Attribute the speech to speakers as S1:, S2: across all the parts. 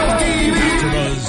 S1: AfterBuzz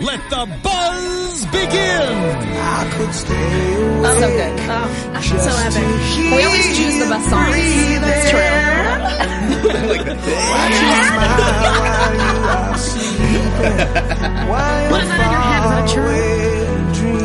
S1: let the buzz begin.
S2: I could stay away.
S3: Oh, so good. Oh, so epic. We always choose the best songs. It's true. Put it on your head, not churro.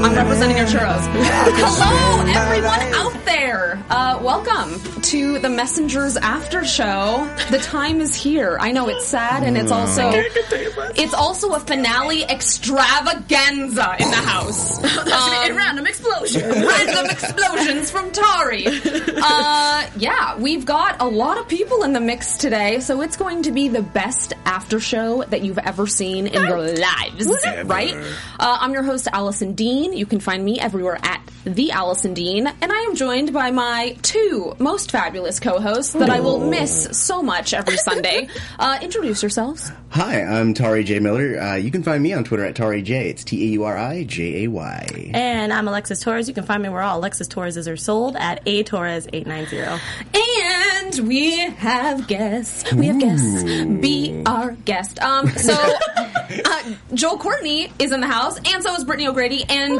S3: I'm representing your churros. Hello, everyone out there. Uh, welcome to the Messengers After Show. The time is here. I know it's sad, and it's also it's also a finale extravaganza in the house. Um,
S4: random explosion.
S3: random explosions from Tari. Uh, yeah, we've got a lot of people in the mix today, so it's going to be the best after show that you've ever seen in your lives, right? Uh, I'm your host, Allison Dean. You can find me everywhere at the Allison Dean, and I am joined by my two most fabulous co-hosts that I will miss so much every Sunday. uh, introduce yourselves.
S5: Hi, I'm Tari J. Miller. Uh, you can find me on Twitter at Tari J. It's T A U R I J A Y.
S4: And I'm Alexis Torres. You can find me where all Alexis Torreses are sold at a Torres eight nine zero.
S3: And we have guests. We have guests. Be our guest. Um, so uh, Joel Courtney is in the house, and so is Brittany O'Grady and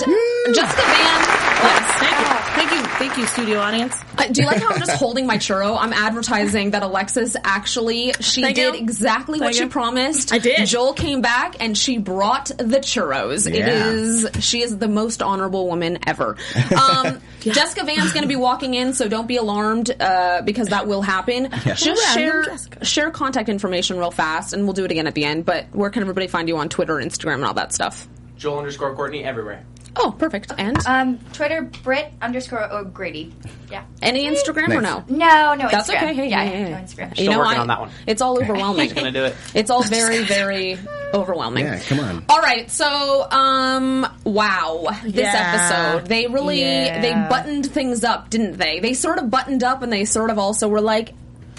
S3: Jessica Van. West.
S4: Thank you, thank you, thank you, studio audience.
S3: Uh, do you like how I'm just holding my churro? I'm advertising that Alexis actually she
S4: Thank
S3: did
S4: you.
S3: exactly what
S4: Thank
S3: she
S4: you.
S3: promised.
S4: I did.
S3: Joel came back and she brought the churros. It
S5: Yeah.
S3: is she is the most honorable woman ever. Um, Jessica Van's going to be walking in, so don't be alarmed uh, because that will happen. Just
S4: Random
S3: share
S4: Jessica.
S3: share contact information real fast, and we'll do it again at the end. But where can everybody find you on Twitter, Instagram, and all that stuff?
S6: Joel underscore Courtney everywhere.
S3: Oh, perfect. And
S4: uh,
S7: Um, Twitter Brit underscore O'Grady. Yeah.
S3: any Instagram or
S5: Nice.
S3: no?
S7: No, no.
S3: That's
S7: Oh, Instagram.
S3: okay. Hey,
S7: yeah,
S3: hey, hey.
S7: yeah, no Instagram.
S3: You know,
S6: working
S3: I,
S6: on that one.
S3: It's all overwhelming.
S6: Gonna do it.
S3: It's all very, very overwhelming.
S5: Yeah, come on.
S3: All right, so um, wow, this
S4: Yeah.
S3: episode they really
S4: Yeah.
S3: they buttoned things up, didn't they? They sort of buttoned up, and they sort of also were like.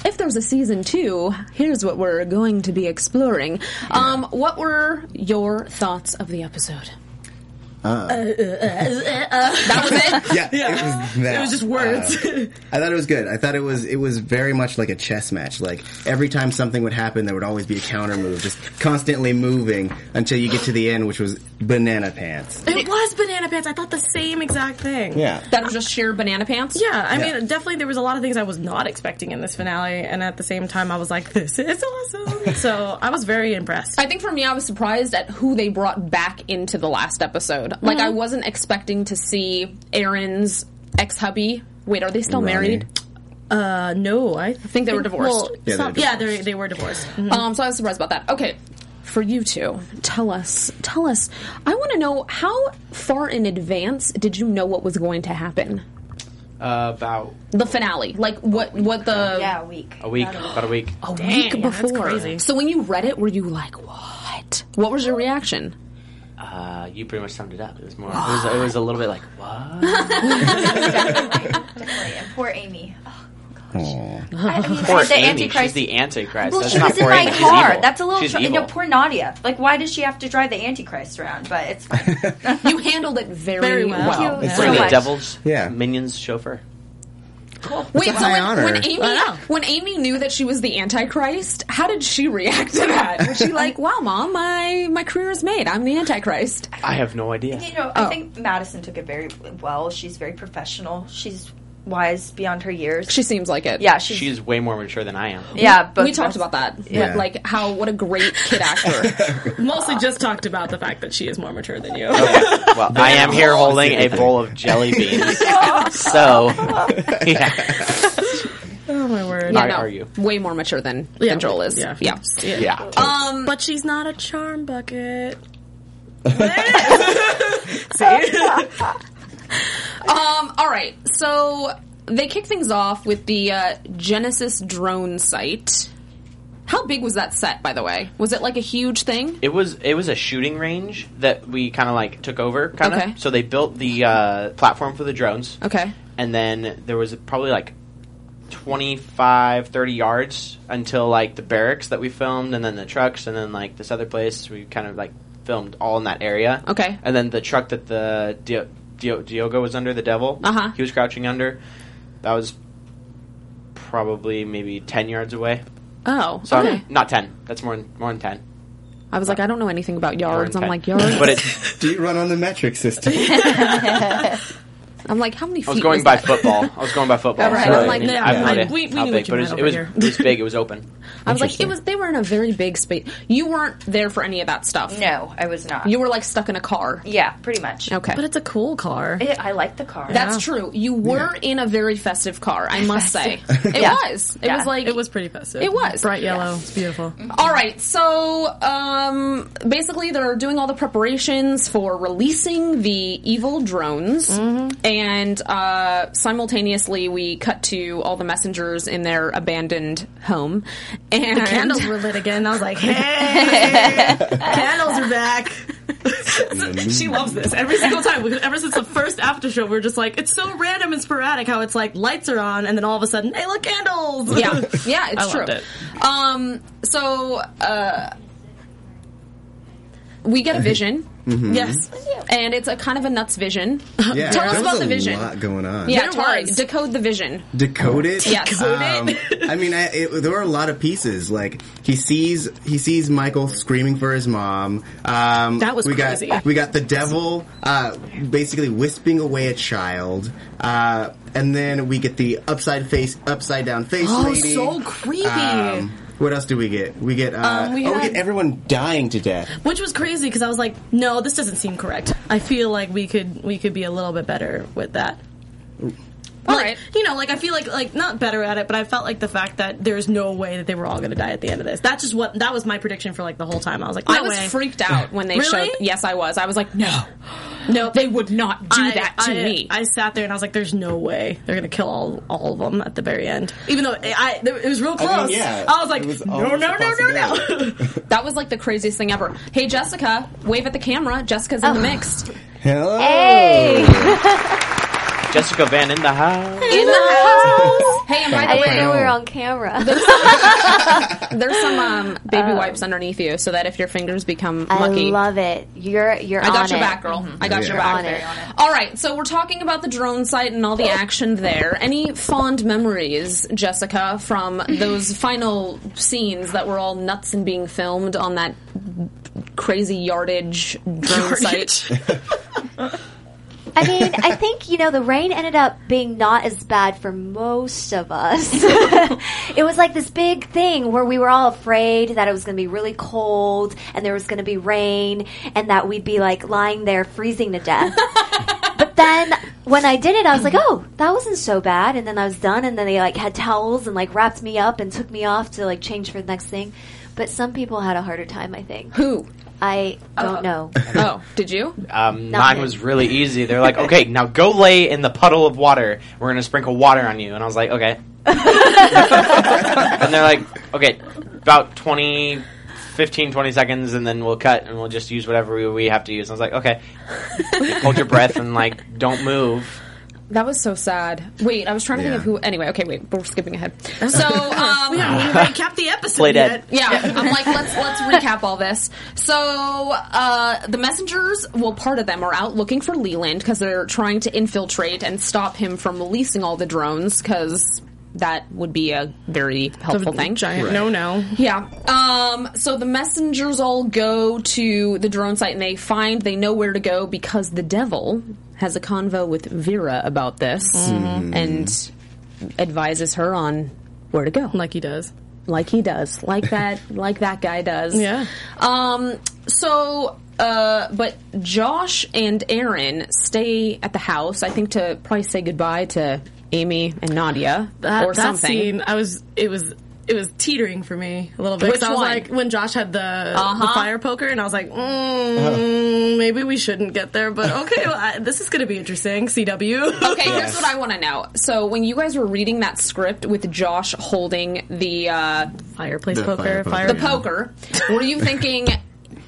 S3: If there's a season two, here's what we're going to be exploring. Um, what were your thoughts of the episode? that was it.
S5: Uh. Yeah, it was that.
S4: It was just words.
S5: Uh, I thought it was good. I thought it was it was very much like a chess match. Like every time something would happen, there would always be a counter move, just constantly moving until you get to the end, which was banana pants.
S4: It was banana pants. I thought the same exact thing.
S5: Yeah,
S3: That was just sheer banana pants.
S4: Yeah, I
S5: Yeah.
S4: mean, definitely there was a lot of things I was not expecting in this finale, and at the same time, I was like, "This is awesome!" so I was very impressed.
S3: I think for me, I was surprised at who they brought back into the last episode. Like, I wasn't expecting to see Aaron's ex hubby. Wait, are they still
S5: Ronnie.
S3: married?
S4: Uh, no, I think
S3: they were divorced.
S4: Well,
S5: Yeah,
S4: some-
S5: they were
S4: yeah, they they were divorced. Mhm.
S3: Um, so I was surprised about that. Okay, for you two, tell us, tell us. I want to know how far in advance did you know what was going to happen?
S6: Uh, about
S3: The finale, like what, what the
S7: Yeah, a week.
S6: a week, about a week.
S3: a week
S4: Dang, that's
S3: before.
S4: crazy.
S3: So when you read it, were you like, what? What was your reaction?
S6: Uh, you pretty much summed it up. It was more. It was, it was a little bit like what?
S7: Definitely. And poor Amy. Oh,
S5: Aw.
S7: I mean,
S6: Poor
S7: the
S6: Amy.
S7: Antichrist.
S6: She's the Antichrist.
S7: well,
S6: That's
S7: she
S6: not
S7: was in
S6: poor
S7: my
S6: Amy. She's
S7: car.
S6: evil.
S7: That's a little.
S6: She's
S7: tr- you
S6: evil.
S7: know, poor Nadia. Like, why does she have to drive the Antichrist around? But it's fine.
S3: You handled it very,
S4: Very well.
S3: well.
S7: Thank you
S5: It's
S7: so
S6: We're the
S7: much.
S6: devil's
S5: Yeah.
S6: minions chauffeur.
S3: Wait,
S5: a
S3: so
S5: high
S3: when,
S5: honor.
S3: when Amy
S4: I know.
S3: when Amy knew that she was the Antichrist, how did she react to that? Was she like, "Wow, mom, my my career is made. I'm the Antichrist."
S6: I have no idea.
S7: You know,
S3: Oh.
S7: I think Madison took it very well. She's very professional. She's wise beyond her years.
S3: She seems like it.
S7: yeah, she's,
S6: She's way more mature than I am.
S7: yeah. But
S3: we talked about that.
S5: Yeah.
S3: Like how what a great kid actor.
S4: Mostly just talked about the fact that she is more mature than you.
S6: Well, I am here holding a bowl of jelly beans. so, yeah.
S4: oh my word!
S3: yeah,
S6: I
S3: no,
S6: argue.
S3: way more mature than,
S4: Yeah.
S3: than Joel is.
S4: Yeah.
S3: yeah.
S6: Yeah.
S3: Um,
S4: But she's not a charm bucket.
S3: Um, all right. So they kick things off with the uh, Genesis drone site. How big was that set, by the way? Was it like a huge thing?
S6: It was it was a shooting range that we kind of like took over, kind of.
S3: Okay.
S6: So they built the uh, platform for the drones.
S3: Okay.
S6: and then there was probably like 25 30 yards until like the barracks that we filmed and then the trucks and then like this other place we kind of like filmed all in that area
S3: Okay.
S6: and then the truck that the Di- Di- diogo was under the devil
S3: Uh-huh.
S6: he was crouching under that was probably maybe 10 yards away
S3: Oh,
S6: so
S3: okay.
S6: not 10 that's more than, more than 10
S3: I was like, I don't know anything about yards. I'm
S6: ten.
S3: like yards.
S6: but it,
S5: Do you run on the metric system?
S3: I'm like, how many feet?
S6: I was going by
S3: that?
S6: football. I was going by football.
S7: Right.
S6: so
S7: I'm
S6: I
S3: like,
S6: mean,
S3: no,
S6: I have no
S4: I-
S6: idea
S4: we- we
S6: how
S4: knew
S6: big,
S4: what
S6: but
S4: you
S6: it was,
S4: meant
S6: it was
S4: over
S6: it was big. It was open.
S3: I was like, it
S5: Interesting.
S3: was. They were in a very big space. You weren't there for any of that stuff.
S7: No, I was not.
S3: You were like stuck in a car.
S7: yeah, pretty much.
S3: Okay.
S4: But it's a cool car.
S7: It, I like the car.
S3: That's true. You were in a very festive car, I must say. It
S7: Yeah.
S3: was. It
S7: Yeah.
S3: was like
S4: It was Mm-hmm. pretty festive.
S3: It was.
S4: bright yellow. It's beautiful.
S3: All right. So, um basically they're doing all the preparations for releasing the evil drones and uh simultaneously we cut to all the messengers in their abandoned home and
S4: Candles were lit again. I was like, hey, candles are back. she loves this every single time. Because Ever since the first after show, we were just like, it's so random and sporadic how it's like lights are on, and then all of a sudden, hey, look, candles.
S3: yeah, yeah, it's
S4: I
S3: true.
S4: loved it.
S3: Um, so uh, we get a vision. Yes, and it's a kind of a nuts vision.
S5: Mm-hmm. yeah,
S3: Tell
S5: there
S3: us
S5: was
S3: about
S5: a
S3: the vision.
S5: lot going on.
S3: Yeah,
S4: There
S3: Tari,
S4: was.
S3: decode the vision.
S5: decode it.
S3: Yes. Decode
S5: Um, I mean, I, it, there were a lot of pieces. Like he sees he sees Michael screaming for his mom. Um,
S4: That was
S5: we
S4: crazy.
S5: got we got the devil uh, basically wisping away a child, uh, and then we get the upside face upside down face.
S3: Oh,
S5: lady.
S3: so creepy.
S5: Um, what else do we get? We get uh,
S4: Um,
S3: we
S5: oh, we
S3: had-
S5: get everyone dying to death.
S4: Which was crazy because I was like, no, this doesn't seem correct. I feel like we could we could be a little bit better with that.
S3: All
S4: like,
S3: right.
S4: You know, like I feel like like not better at it, but I felt like the fact that there's no way that they were all going to die at the end of this. That's just what that was my prediction for like the whole time. I was like, no
S3: I was
S4: way.
S3: freaked out when they
S4: Really?
S3: showed. Yes, I was. I was like, no, no, they would not do
S4: I-
S3: that to
S4: I-
S3: me.
S4: I sat there and I was like, "There's no way they're gonna kill all all of them at the very end." Even though I, I it was real close.
S5: mean, yeah,
S4: I was like,
S5: it was
S4: "No,
S5: almost
S4: no,
S5: a
S4: no, no, no!"
S5: possibility.
S3: that was like the craziest thing ever. Hey, Jessica, wave at the camera. Jessica's in the mix.
S5: Hello.
S6: Jessica Van in the house.
S3: In the house. Hey, and by
S8: I
S3: the way,
S8: didn't know we were on camera.
S3: There's some um, baby wipes underneath you so that if your fingers become
S8: I
S3: mucky.
S8: love it. You're you're
S3: I
S8: on
S3: got your
S8: it. Mm-hmm.
S3: back, girl. I got
S5: Yeah.
S3: your
S5: You're
S8: on it. Oh.
S3: back. All right, so we're talking about the drone site and all the action there. Any fond memories, Jessica, from those final scenes that were all nuts and being filmed on that crazy yardage drone site?
S8: I mean, I think you know the rain ended up being not as bad for most of us. it was like this big thing where we were all afraid that it was going to be really cold and there was going to be rain and that we'd be like lying there freezing to death. but then when I did it, I was like, "Oh, that wasn't so bad." And then I was done, and then they like had towels and like wrapped me up and took me off to like change for the next thing. But some people had a harder time, I think.
S3: Who?
S8: I don't know.
S3: Oh, did you?
S6: Um,
S8: Not
S6: mine
S8: good.
S6: was really easy. They're like, okay, now go lay in the puddle of water. We're gonna sprinkle water on you, and I was like, okay. and they're like, okay, about 20, 15, 20 seconds, and then we'll cut, and we'll just use whatever we, we have to use. And I was like, okay, hold your breath and like don't move.
S3: That was so sad. Wait, I was trying to think
S5: Yeah.
S3: of who. Anyway, okay, wait, we're skipping ahead. So, um,
S4: we haven't even recapped the episode
S6: Play dead.
S4: yet.
S3: Yeah, I'm like, let's let's recap all this. So uh, the messengers, well, part of them are out looking for Leland because they're trying to infiltrate and stop him from releasing all the drones because that would be a very helpful thing.
S4: Giant no, no.
S3: Yeah. Um, so the messengers all go to the drone site and they find they know where to go because the devil has a convo with Vera about this and advises her on where to go
S4: Like he does.
S3: like he does, like that, like that guy does.
S4: Yeah.
S3: Um. So, uh, but Josh and Aaron stay at the house. I think to probably say goodbye to Amy and Nadia
S4: that,
S3: or
S4: that
S3: something.
S4: scene i was it was it was teetering for me a little bit.
S3: Which
S4: So I was
S3: one?
S4: like when Josh had the, the
S3: Uh-huh.
S4: fire poker, and I was like,
S5: Uh-huh.
S4: mm, maybe we shouldn't get there, but okay, well, I, this is going to be interesting. CW.
S3: Okay, here's what I want to know. So when you guys were reading that script with Josh holding the uh,
S4: Fireplace
S5: The fire
S4: poker, fire,
S5: poker,
S3: the
S5: Yeah.
S3: poker, what are you thinking?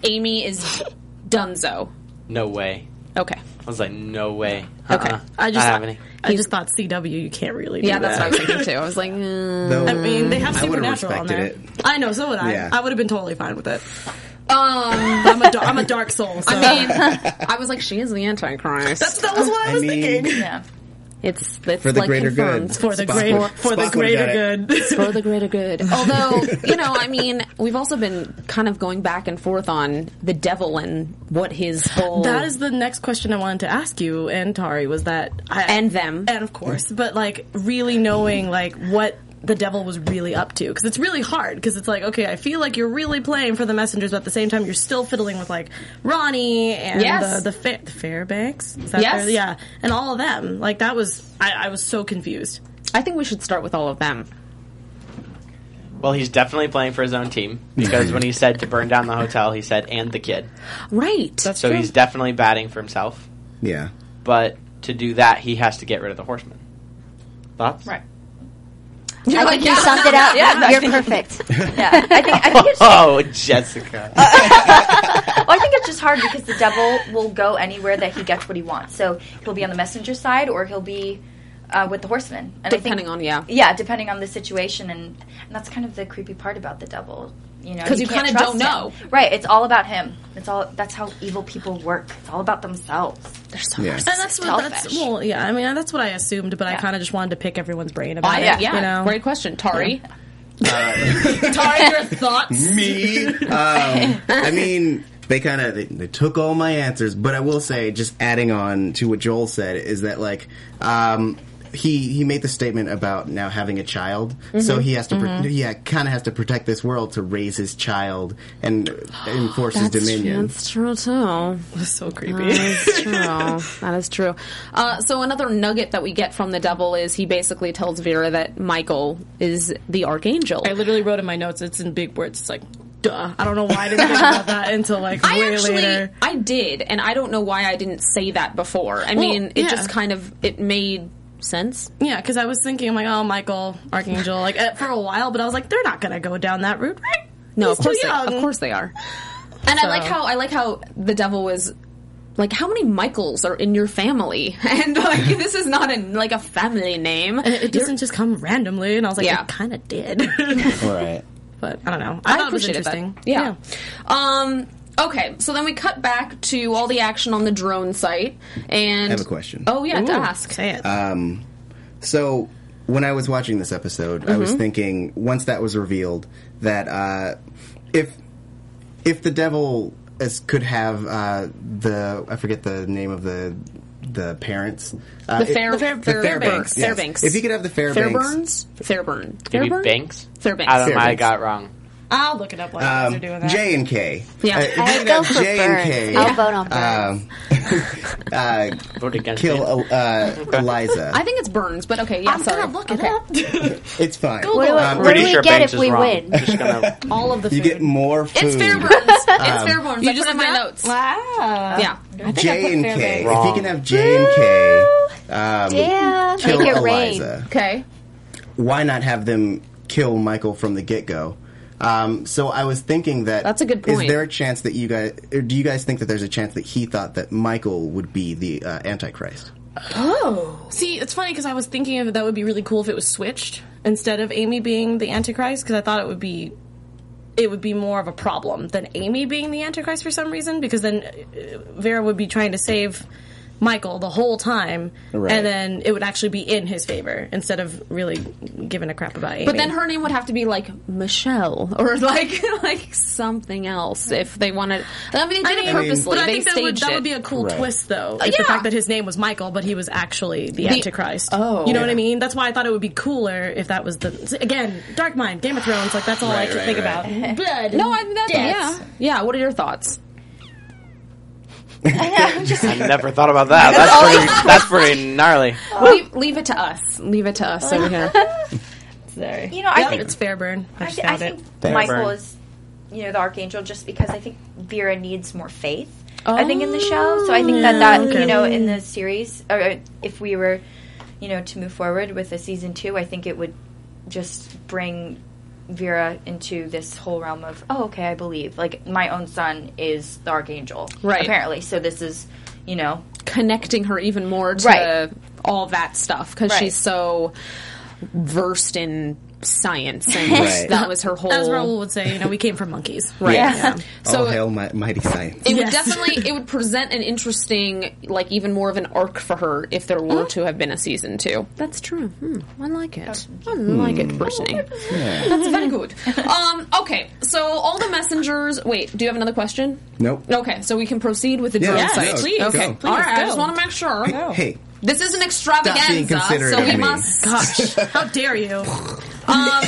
S3: Amy is Dunzo.
S6: No way.
S3: Okay.
S6: I was like, no way.
S3: Okay.
S6: Uh-uh.
S4: I just,
S6: Not
S4: I,
S6: happening.
S4: just thought CW. You can't really. Do
S3: Yeah, that's what I
S4: that.
S3: was thinking too. I was like, mm.
S5: Though,
S4: I mean, they have
S5: I would've
S4: supernatural on there.
S5: respected
S4: I know, so would I.
S5: Yeah.
S4: I would have been totally fine with it.
S3: um.
S4: I'm a, dar- I'm a dark soul. So.
S3: I mean, I was like, she is the Antichrist.
S4: that's, that was what I
S5: I
S4: was
S5: mean,
S4: thinking.
S7: Yeah.
S3: it's it's
S5: for the
S3: like
S5: greater
S3: confirmed.
S5: good.
S4: For the
S5: Spock
S4: great,
S5: would-
S4: for the
S5: Spock would've got
S4: greater
S5: it.
S4: good.
S3: for the greater good. Although, you know, I mean, we've also been kind of going back and forth on the devil and what his whole
S4: That is the next question I wanted to ask you and Tari was that I,
S3: And them.
S4: and of course, but like really knowing like what the devil was really up to because it's really hard because it's like okay, I feel like you're really playing for the messengers, but at the same time you're still fiddling with like Ronnie and
S3: Yes.
S4: the the, Fa- the Fairbanks, Is that
S3: Yes.
S4: their- yeah, and all of them. Like that was I, I was so confused.
S3: I think we should start with all of them.
S6: Well, he's definitely playing for his own team because when he said to burn down the hotel, he said and the kid.
S3: Right.
S6: So he's definitely batting for himself.
S5: Yeah.
S6: But to do that, he has to get rid of the horseman. Thoughts?
S7: Right.
S8: I think you summed it up. You're perfect.
S7: Yeah. I think I think it's
S6: Oh, Jessica.
S7: Well, I think it's just hard because the devil will go anywhere that he gets what he wants. So he'll be on the messenger side or he'll be uh, with the horseman. And I think-
S3: Depending on- yeah.
S7: yeah, depending on the situation, and, and that's kind of the creepy part about the devil. You know,
S3: 'Cause you
S7: can't
S3: kinda don't
S7: trust
S3: know.
S7: him. right? It's all about him. It's all that's how evil people work. It's all about themselves.
S5: Yeah.
S4: And that's what
S7: Selfish.
S4: that's well, yeah. I mean, that's what I assumed, but I
S7: Yeah.
S4: kind of just wanted to pick everyone's brain about
S3: I,
S4: it.
S3: Oh, yeah,
S4: you know?
S3: great question, Tari.
S4: Uh,
S3: Tari, your thoughts?
S5: Me. Um, I mean, they kind of they, they took all my answers, but I will say, just adding on to what Joel said, is that like um, he he made the statement about now having a child, so he has to pro- yeah kind of has to protect this world to raise his child and enforce his dominion.
S3: true too.
S4: That's so creepy.
S3: That is true. that is true. Uh, so another nugget that we get from the devil is he basically tells Vera that Michael is the archangel.
S4: I literally wrote in my notes. It's in big words. It's like, duh. I don't know why I didn't think about that until like
S3: I
S4: way
S3: actually,
S4: later.
S3: I did, and I don't know why I didn't say that before. I mean, it
S4: yeah.
S3: just kind of it made sense.
S4: Yeah, because I was thinking, I'm like, oh, Michael, Archangel, like uh, for a while, but I was like, they're not gonna go down that route, right?
S3: No,
S4: He's
S3: of course,
S4: too
S3: they,
S4: young.
S3: of course they are. And I like how I like how the devil was like, how many Michaels are in your family? And like, this is not a like a family name.
S4: It, it doesn't just come randomly, and I was like,
S3: Yeah.
S4: it kind of did.
S5: Right.
S4: but I don't know. I,
S3: I
S4: thought it was
S3: appreciated that.
S4: interesting.
S3: Yeah. Um. Okay, so then we cut back to all the action on the drone site, and
S5: I have a question.
S3: Oh yeah, to
S4: Ooh,
S3: ask.
S4: Say it.
S5: So when I was watching this episode, I was thinking once that was revealed that uh, if if the devil is, could have uh, the I forget the name of the the parents uh,
S3: The Fair-
S5: it-
S3: Fair-
S5: the
S3: Fairbanks.
S5: Fairbanks, yes.
S3: Fairbanks.
S5: If he could have the Fairbanks,
S3: Fairburns, Fairburn,
S6: Maybe
S3: Fairburn,
S6: Banks?
S3: Fairbanks.
S6: I don't know. why I
S5: Fairbanks.
S6: got wrong.
S4: I'll look it up while you guys are doing that.
S5: J and K,
S3: Yeah.
S5: Uh, if he
S8: I
S5: could
S8: go
S5: have
S8: for
S5: J and
S8: Burns.
S5: K.
S8: I'll vote on Burns.
S5: Um, uh,
S6: Vote against it.
S5: kill uh, Eliza.
S3: I think it's Burns, but okay, yeah,
S4: I'm
S3: sorry.
S4: gonna Oh look it
S3: okay.
S4: up.
S5: it's fine.
S8: What
S5: Um,
S8: do, what do
S6: Pretty
S8: we
S6: sure
S8: get
S6: Banks
S8: if
S6: is
S8: we
S6: wrong.
S8: win?
S6: Just gonna
S4: All of the food.
S5: you get more food.
S3: It's Fairburns. it's Fairburns. I put
S4: just
S3: it in my
S4: looked it up?
S3: notes.
S4: Wow.
S3: Yeah.
S5: J and K. If he
S6: Wrong.
S5: can have J and K, um,
S8: Yeah,
S5: kill
S8: make it
S5: Eliza.
S8: rain.
S3: Okay.
S5: Why not have them kill Michael from the get go? Um, so I was thinking that
S3: That's a good
S5: Is
S3: point.
S5: there a chance that you guys, or do you guys think that there's a chance that he thought that Michael would be the uh, Antichrist?
S4: See, it's funny because I was thinking of that would be really cool if it was switched instead of Amy being the Antichrist because I thought it would be it would be more of a problem than Amy being the Antichrist for some reason because then uh, Vera would be trying to save Michael the whole time
S5: Right.
S4: and then it would actually be in his favor instead of really giving a crap about Amy.
S3: But then her name would have to be like Michelle or like like something else if they wanted. I mean, they did it
S5: mean-
S3: purposely.
S4: but I
S3: they
S4: think
S3: staged
S4: that would, that
S3: it.
S4: would be a cool
S5: Right.
S4: twist, though. is
S3: yeah.
S4: The fact that his name was Michael, but he was actually the, Antichrist.
S3: Oh.
S4: You know what
S5: Yeah.
S4: I mean? That's why I thought it would be cooler if that was the. Again, Dark Mind, Game of Thrones, like that's all I
S5: Right,
S4: could
S5: right,
S4: think
S5: right.
S4: about. Blood.
S3: no, oh, I mean, that, yeah,
S4: Yes.
S3: yeah. What are your thoughts?
S6: I never thought about that. That's pretty, that's pretty gnarly.
S3: Leave, leave it to us. Leave it to us over here.
S4: necessary.
S7: You know, I
S4: Yeah,
S7: think-
S4: it's Fairburn. I,
S7: I,
S4: just
S7: thi- I
S4: found
S7: think
S4: it.
S6: Fair.
S7: Michael
S6: Fair.
S7: is, you know, the archangel just because I think Vera needs more faith. I think in the show, so I think that that you know in the series, or uh, if we were, you know, to move forward with a season two, I think it would just bring Vera into this whole realm of oh, okay, I believe. Like my own son is the archangel,
S3: Right.
S7: Apparently, so this is, you know,
S3: connecting her even more to
S7: Right.
S3: all that stuff because
S7: Right.
S3: she's so versed in science and
S5: Right.
S3: that was her whole
S4: As Raul would say, you know, we came from monkeys.
S3: right
S5: Yeah.
S3: so
S5: All hail Oh, mi- mighty science.
S3: it would
S4: Yes.
S3: definitely it would present an interesting like even more of an arc for her if there were to have been a season two that's true hmm. i like it i like it personally that's very good um okay so all the messengers wait do you have another question
S5: Nope.
S3: okay so we can proceed with the
S5: Yeah,
S3: drill
S5: yeah,
S3: site
S5: no, Please,
S3: okay
S5: go.
S3: all right i
S4: go.
S3: just want to make sure
S5: Hey,
S3: this is an
S5: being
S3: extravaganza,
S5: considerate
S3: so
S5: of
S3: we
S5: me.
S3: must.
S4: Gosh, how dare you?
S3: Um,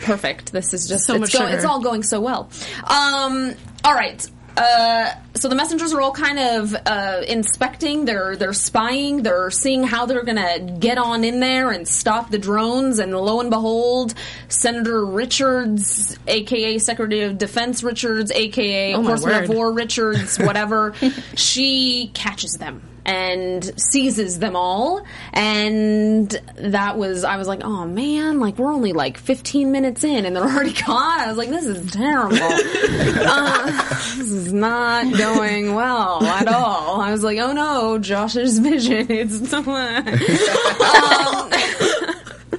S3: Perfect. This is just
S4: So
S3: it's,
S4: much
S3: go-
S4: sugar.
S3: it's all going so well. Um, all right. Uh, so the messengers are all kind of uh, inspecting. They're they're spying. They're seeing how they're gonna get on in there and stop the drones. And lo and behold, Senator Richards, aka Secretary of Defense Richards, aka
S4: Oh, my
S3: Horseman of
S4: word.
S3: War Richards, whatever, she catches them and seizes them all. And that was, I was like, oh man, like we're only like 15 minutes in and they're already gone. I was like, this is terrible. uh, this is not going well at all. I was like, oh no, Josh's vision. It's. um,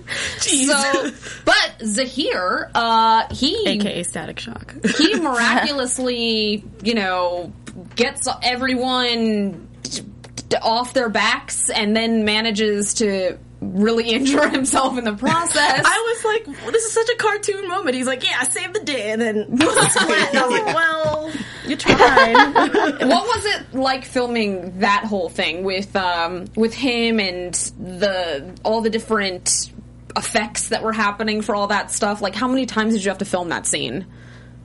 S3: so, but Zahir, uh, he
S4: AKA Static Shock.
S3: he miraculously, you know, gets everyone d- d- off their backs and then manages to really injure himself in the process.
S4: I was like, well, this is such a cartoon moment. He's like, yeah, save the day, and then and I was like, well, you tried.
S3: what was it like filming that whole thing with um, with him and the all the different effects that were happening for all that stuff? Like, how many times did you have to film that scene?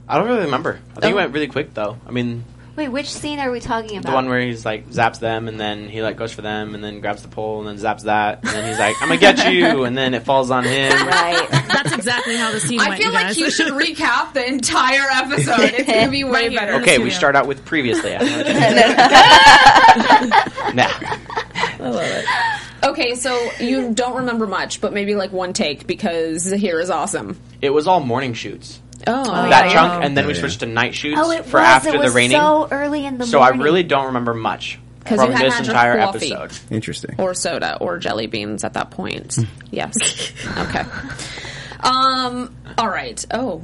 S6: I don't really remember. I think
S8: Oh.
S6: it went really quick though. I mean,
S8: Wait, which scene are we talking about?
S6: the one where he's like zaps them, and then he like goes for them, and then grabs the pole, and then zaps that, and then he's like, "I'm gonna get you," and then it falls on him.
S7: right?
S4: That's exactly how the scene
S3: I
S4: went.
S3: feel
S4: you
S3: like
S4: guys.
S3: you should recap the entire episode. It's gonna be way
S4: Right here.
S3: better.
S6: Okay, we
S4: Yeah.
S6: start out with previously. nah.
S3: Okay, so you don't remember much, but maybe like one take because Zahir is awesome.
S6: It was all morning shoots.
S3: Oh,
S6: that
S7: yeah.
S6: chunk, and then
S5: Oh,
S6: we
S5: yeah.
S6: switched to night shoots
S8: Oh, it
S6: for
S8: was.
S6: after
S8: it was
S6: the raining.
S8: so early in the
S6: So I
S8: morning.
S6: really don't remember much
S3: 'Cause
S6: from
S3: you had
S6: this
S3: had your
S6: entire
S3: coffee.
S6: episode.
S5: interesting.
S3: or soda or jelly beans at that point. yes. Okay. Um. All right. Oh.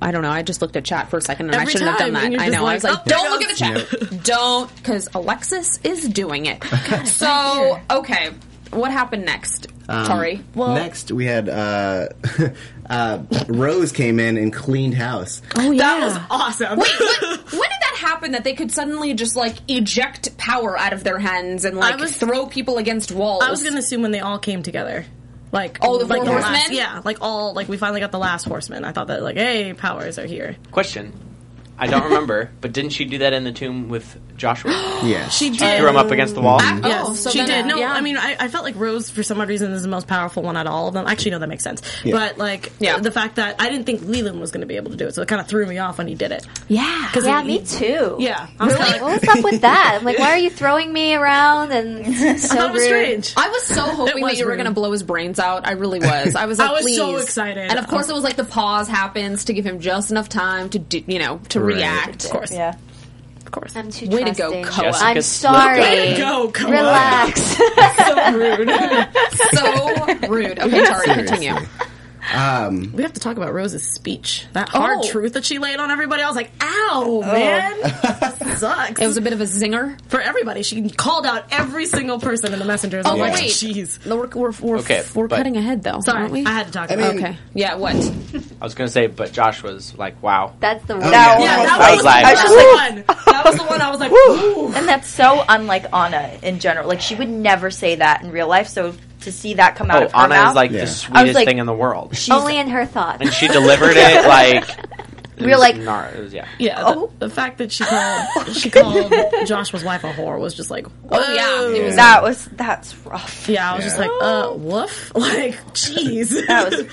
S3: I don't know. I just looked at chat for a second and I
S4: Every
S3: shouldn't have
S4: time,
S3: done that.
S4: and you're
S3: I
S4: just
S3: know. I
S4: like,
S3: was like,
S4: "Oh, there
S3: don't
S4: it
S3: look at the chat. Don't, because Alexis is doing it. so, okay. What happened next? Sorry.
S5: Next, we had uh, uh, Rose came in and cleaned house.
S3: Oh, yeah.
S4: that was awesome.
S3: Wait, what, when did that happen that they could suddenly just like eject power out of their hands and
S4: I
S3: like
S4: was-
S3: throw people against walls?
S4: I was gonna assume when they all came together. Like
S3: All the
S4: like
S3: four
S4: last-
S3: horsemen?
S4: yeah, like all like we finally got the last horseman. I thought that like, hey, powers are here.
S6: Question. I don't remember, but didn't she do that in the tomb with Joshua?
S5: Yes.
S4: She did.
S6: Threw him up against the wall.
S3: Oh,
S4: Yes,
S3: so
S4: she
S3: then-
S4: did. No,
S3: yeah.
S4: I mean, I, I felt like Rose for some odd reason is the most powerful one out of all of them. Actually, no, that makes sense. But like,
S3: Yeah.
S4: the fact that I didn't think Leland was going to be able to do it, so it kind of threw me off when he did it.
S3: yeah.
S8: Yeah, me too.
S4: Yeah, I was
S8: Like,
S4: kinda
S8: what was up with that? I'm like, why are you throwing me around? And
S4: I thought
S8: so
S4: it was
S8: rude.
S4: strange.
S3: I was so hoping
S4: was
S3: that you were
S4: rude.
S3: going to blow his brains out. I really was. I was
S4: I
S3: like,
S4: was so
S3: please.
S4: excited.
S3: And of course, it was like the pause happens to give him just enough time to, do, you know, to
S5: Right.
S3: react.
S4: of course,
S7: yeah.
S4: of course.
S8: I'm too
S3: Way to go,
S8: trusting.
S3: Koa. Jessica
S8: I'm
S6: Slick.
S8: sorry.
S4: Go, come
S8: Relax.
S4: on. So rude.
S3: So rude. Okay, sorry, continue.
S4: we have to talk about Rose's speech. That hard
S3: Oh.
S4: truth that she laid on everybody. I was like, ow, man, sucks.
S3: It was a bit of a zinger.
S4: for everybody. She called out every single person in the messengers. Oh, I'm like,
S3: wait.
S4: jeez.
S3: No, We're, we're, we're,
S6: Okay,
S3: we're
S6: but-
S3: cutting ahead, though,
S4: Sorry,
S3: aren't we?
S4: I had to talk.
S5: I
S4: about
S5: mean-
S4: it.
S3: okay. Yeah, what?
S6: I was gonna say, but Josh was like, wow.
S8: That's the word.
S5: Oh, yeah.
S4: Yeah, that
S6: I
S4: was,
S6: was like-
S4: that was the one. That was the one I was like, ooh.
S7: And that's so unlike Anna in general. Like she would never say that in real life. So to see that come out
S6: Oh,
S7: of her
S6: Anna
S7: mouth,
S6: is like
S5: Yeah.
S6: the sweetest
S7: like-
S6: thing in the world.
S7: she's
S8: Only in her thoughts.
S6: And she delivered it like It
S8: We're
S6: was
S8: like-
S6: gnar- it was- yeah.
S4: Yeah, the, the fact that she called she called Joshua's wife a whore was just like, oh
S3: yeah,
S4: yeah,
S3: it
S7: That was that's rough.
S4: yeah. I was just like, uh, woof, like, jeez.
S7: That was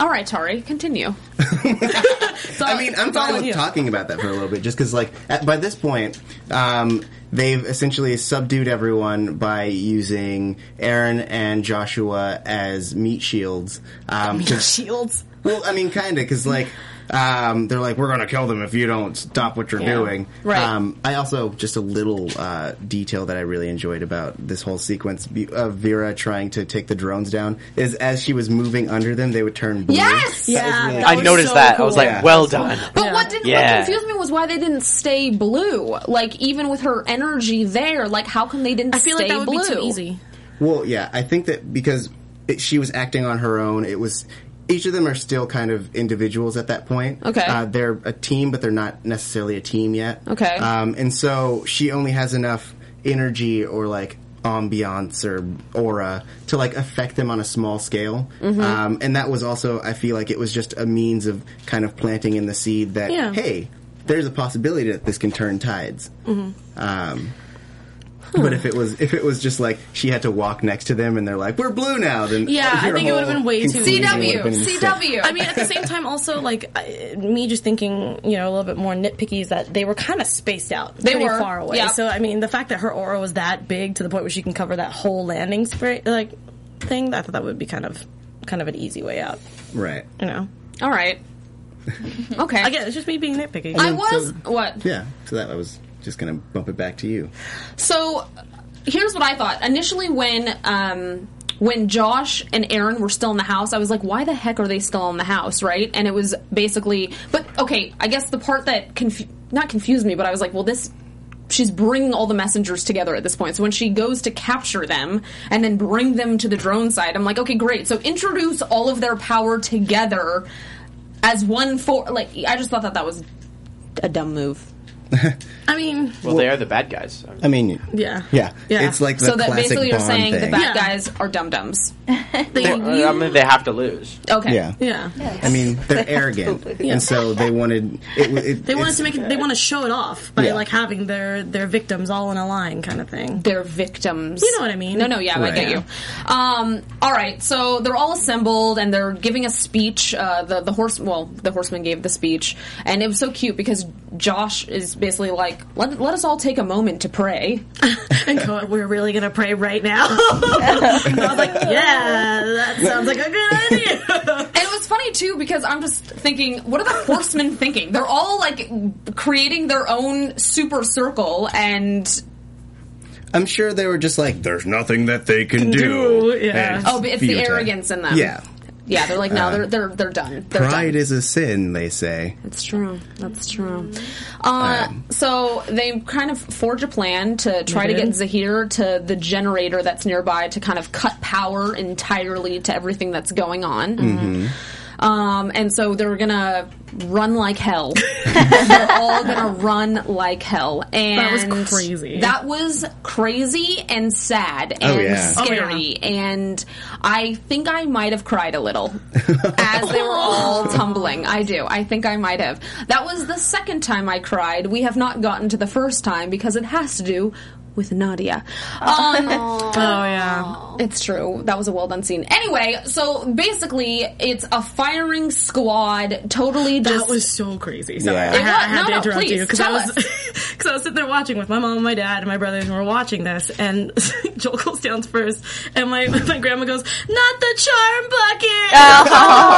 S3: All right, Tari, continue.
S5: I mean, I'm fine with talking about that for a little bit, just because, like, at, by this point, um, they've essentially subdued everyone by using Aaron and Joshua as meat shields. Um, 'cause-
S4: shields.
S5: well, I mean, kind of, because, like, um, they're like, we're going to kill them if you don't stop what you're doing.
S4: Right.
S5: Um, I also, just a little uh, detail that I really enjoyed about this whole sequence be- of Vera trying to take the drones down is as she was moving under them, they would turn blue.
S3: Yes!
S5: That was
S4: Yeah,
S5: really
S4: that
S6: I
S4: was
S6: noticed
S4: so
S6: that. I was
S4: cool.
S6: like,
S5: Yeah.
S6: well done.
S3: But what didn't
S6: Yeah.
S3: what confused me was why they didn't stay blue. Like even with her energy there, like how come they didn't
S4: I feel
S3: stay
S4: like that would
S3: blue?
S4: be too easy.
S5: Well, yeah, I think that because it, she was acting on her own, it was each of them are still kind of individuals at that point.
S3: Okay.
S5: uh, they're a team, but they're not necessarily a team yet.
S3: Okay.
S5: um, and so she only has enough energy or like ambiance or aura to like affect them on a small scale.
S3: Mm-hmm.
S5: Um, and that was also, I feel like it was just a means of kind of planting in the seed that
S4: Yeah.
S5: hey, there's a possibility that this can turn tides.
S3: Mm-hmm.
S5: Um,
S4: Hmm.
S5: But if it was if it was just like she had to walk next to them and they're like we're blue now then
S4: Yeah, I
S5: your
S4: think it
S5: whole
S4: would've been way too
S5: conclusion
S4: easy.
S5: would've been
S3: CW,
S5: sick.
S3: CW.
S4: I mean, at the same time, also like I, me just thinking, you know, a little bit more nitpicky is that they were kind of spaced out, they
S3: were,
S4: far away.
S3: yeah.
S4: So I mean, the fact that her aura was that big to the point where she can cover that whole landing spray like thing, I thought that would be kind of kind of an easy way out.
S5: right
S4: You know,
S3: All right. Okay. I,
S4: again, it's just me being nitpicky.
S3: was
S5: so-
S3: what?
S5: yeah so that I was just gonna bump it back to you
S3: So here's what I thought. Initially when um when Josh and Aaron were still in the house, I was like, why the heck are they still in the house, right? And it was basically but okay, I guess the part that confu- not confused me, but I was like, well this she's bringing all the messengers together at this point. So when she goes to capture them and then bring them to the drone side, I'm like, okay, great. So introduce all of their power together as one for like I just thought that that was a dumb move.
S4: I mean,
S6: Well, they are the bad guys.
S5: I mean
S4: Yeah.
S5: yeah,
S4: Yeah.
S5: it's like the
S3: So that
S5: classic
S3: basically you're
S5: Bond
S3: saying the
S5: thing.
S3: bad
S4: Yeah.
S3: guys are dum dums.
S6: I mean, they have to lose.
S3: Okay.
S5: yeah
S4: yeah.
S5: I mean they're arrogant and so they wanted it, it,
S4: They wanted to make it, they want to show it off by
S5: Yeah.
S4: like having their their victims all in a line kind of thing.
S3: They're victims.
S4: You know what I mean.
S3: No, no, yeah, I get
S5: Right.
S3: you. Um, all right, so they're all assembled and they're giving a speech. Uh, the the horse, well, the horseman gave the speech, and it was so cute because Josh is basically like, let, let us all take a moment to pray.
S4: and go, we're really gonna pray right now. And I was like, yeah, that sounds like a good idea.
S3: And it was funny too because I'm just thinking, what are the horsemen thinking? They're all like creating their own super circle, and
S5: I'm sure they were just like there's nothing that they can do,
S4: do, yeah.
S5: And
S3: oh, but it's the
S5: futile.
S3: arrogance in them.
S5: yeah Uh,
S3: yeah, they're like, no, they're they're they're done. They're done.
S5: pride is a sin they say
S3: That's true. That's true.
S4: Mm-hmm.
S3: Uh,
S4: Um,
S3: so they kind of forge a plan to try to
S4: Mm-hmm.
S3: get Zahir to the generator that's nearby to kind of cut power entirely to everything that's going on.
S4: Mm-hmm.
S3: Um, and so they're gonna run like hell. they're all gonna run like hell. And
S4: was crazy.
S3: That was crazy and sad and
S5: yeah. Oh,
S3: scary. And I think I might have cried a little as they were
S4: Oh.
S3: all tumbling. I do. I think I might have. That was the second time I cried. We have not gotten to the first time because it has to do with Nadia. Um,
S4: Oh yeah,
S3: it's true. That was a well done scene. Anyway, so basically, it's a firing squad. Totally just.
S4: that was so crazy. Sorry,
S5: Yeah.
S4: I, had, I
S3: It was.
S4: had
S3: No,
S4: to
S3: no,
S4: interrupt
S3: please,
S4: you because I
S3: tell
S4: was because I was sitting there watching with my mom, and my dad, and my brothers, and we're watching this. And Joel goes down first, and my my grandma goes, "Not the charm bucket."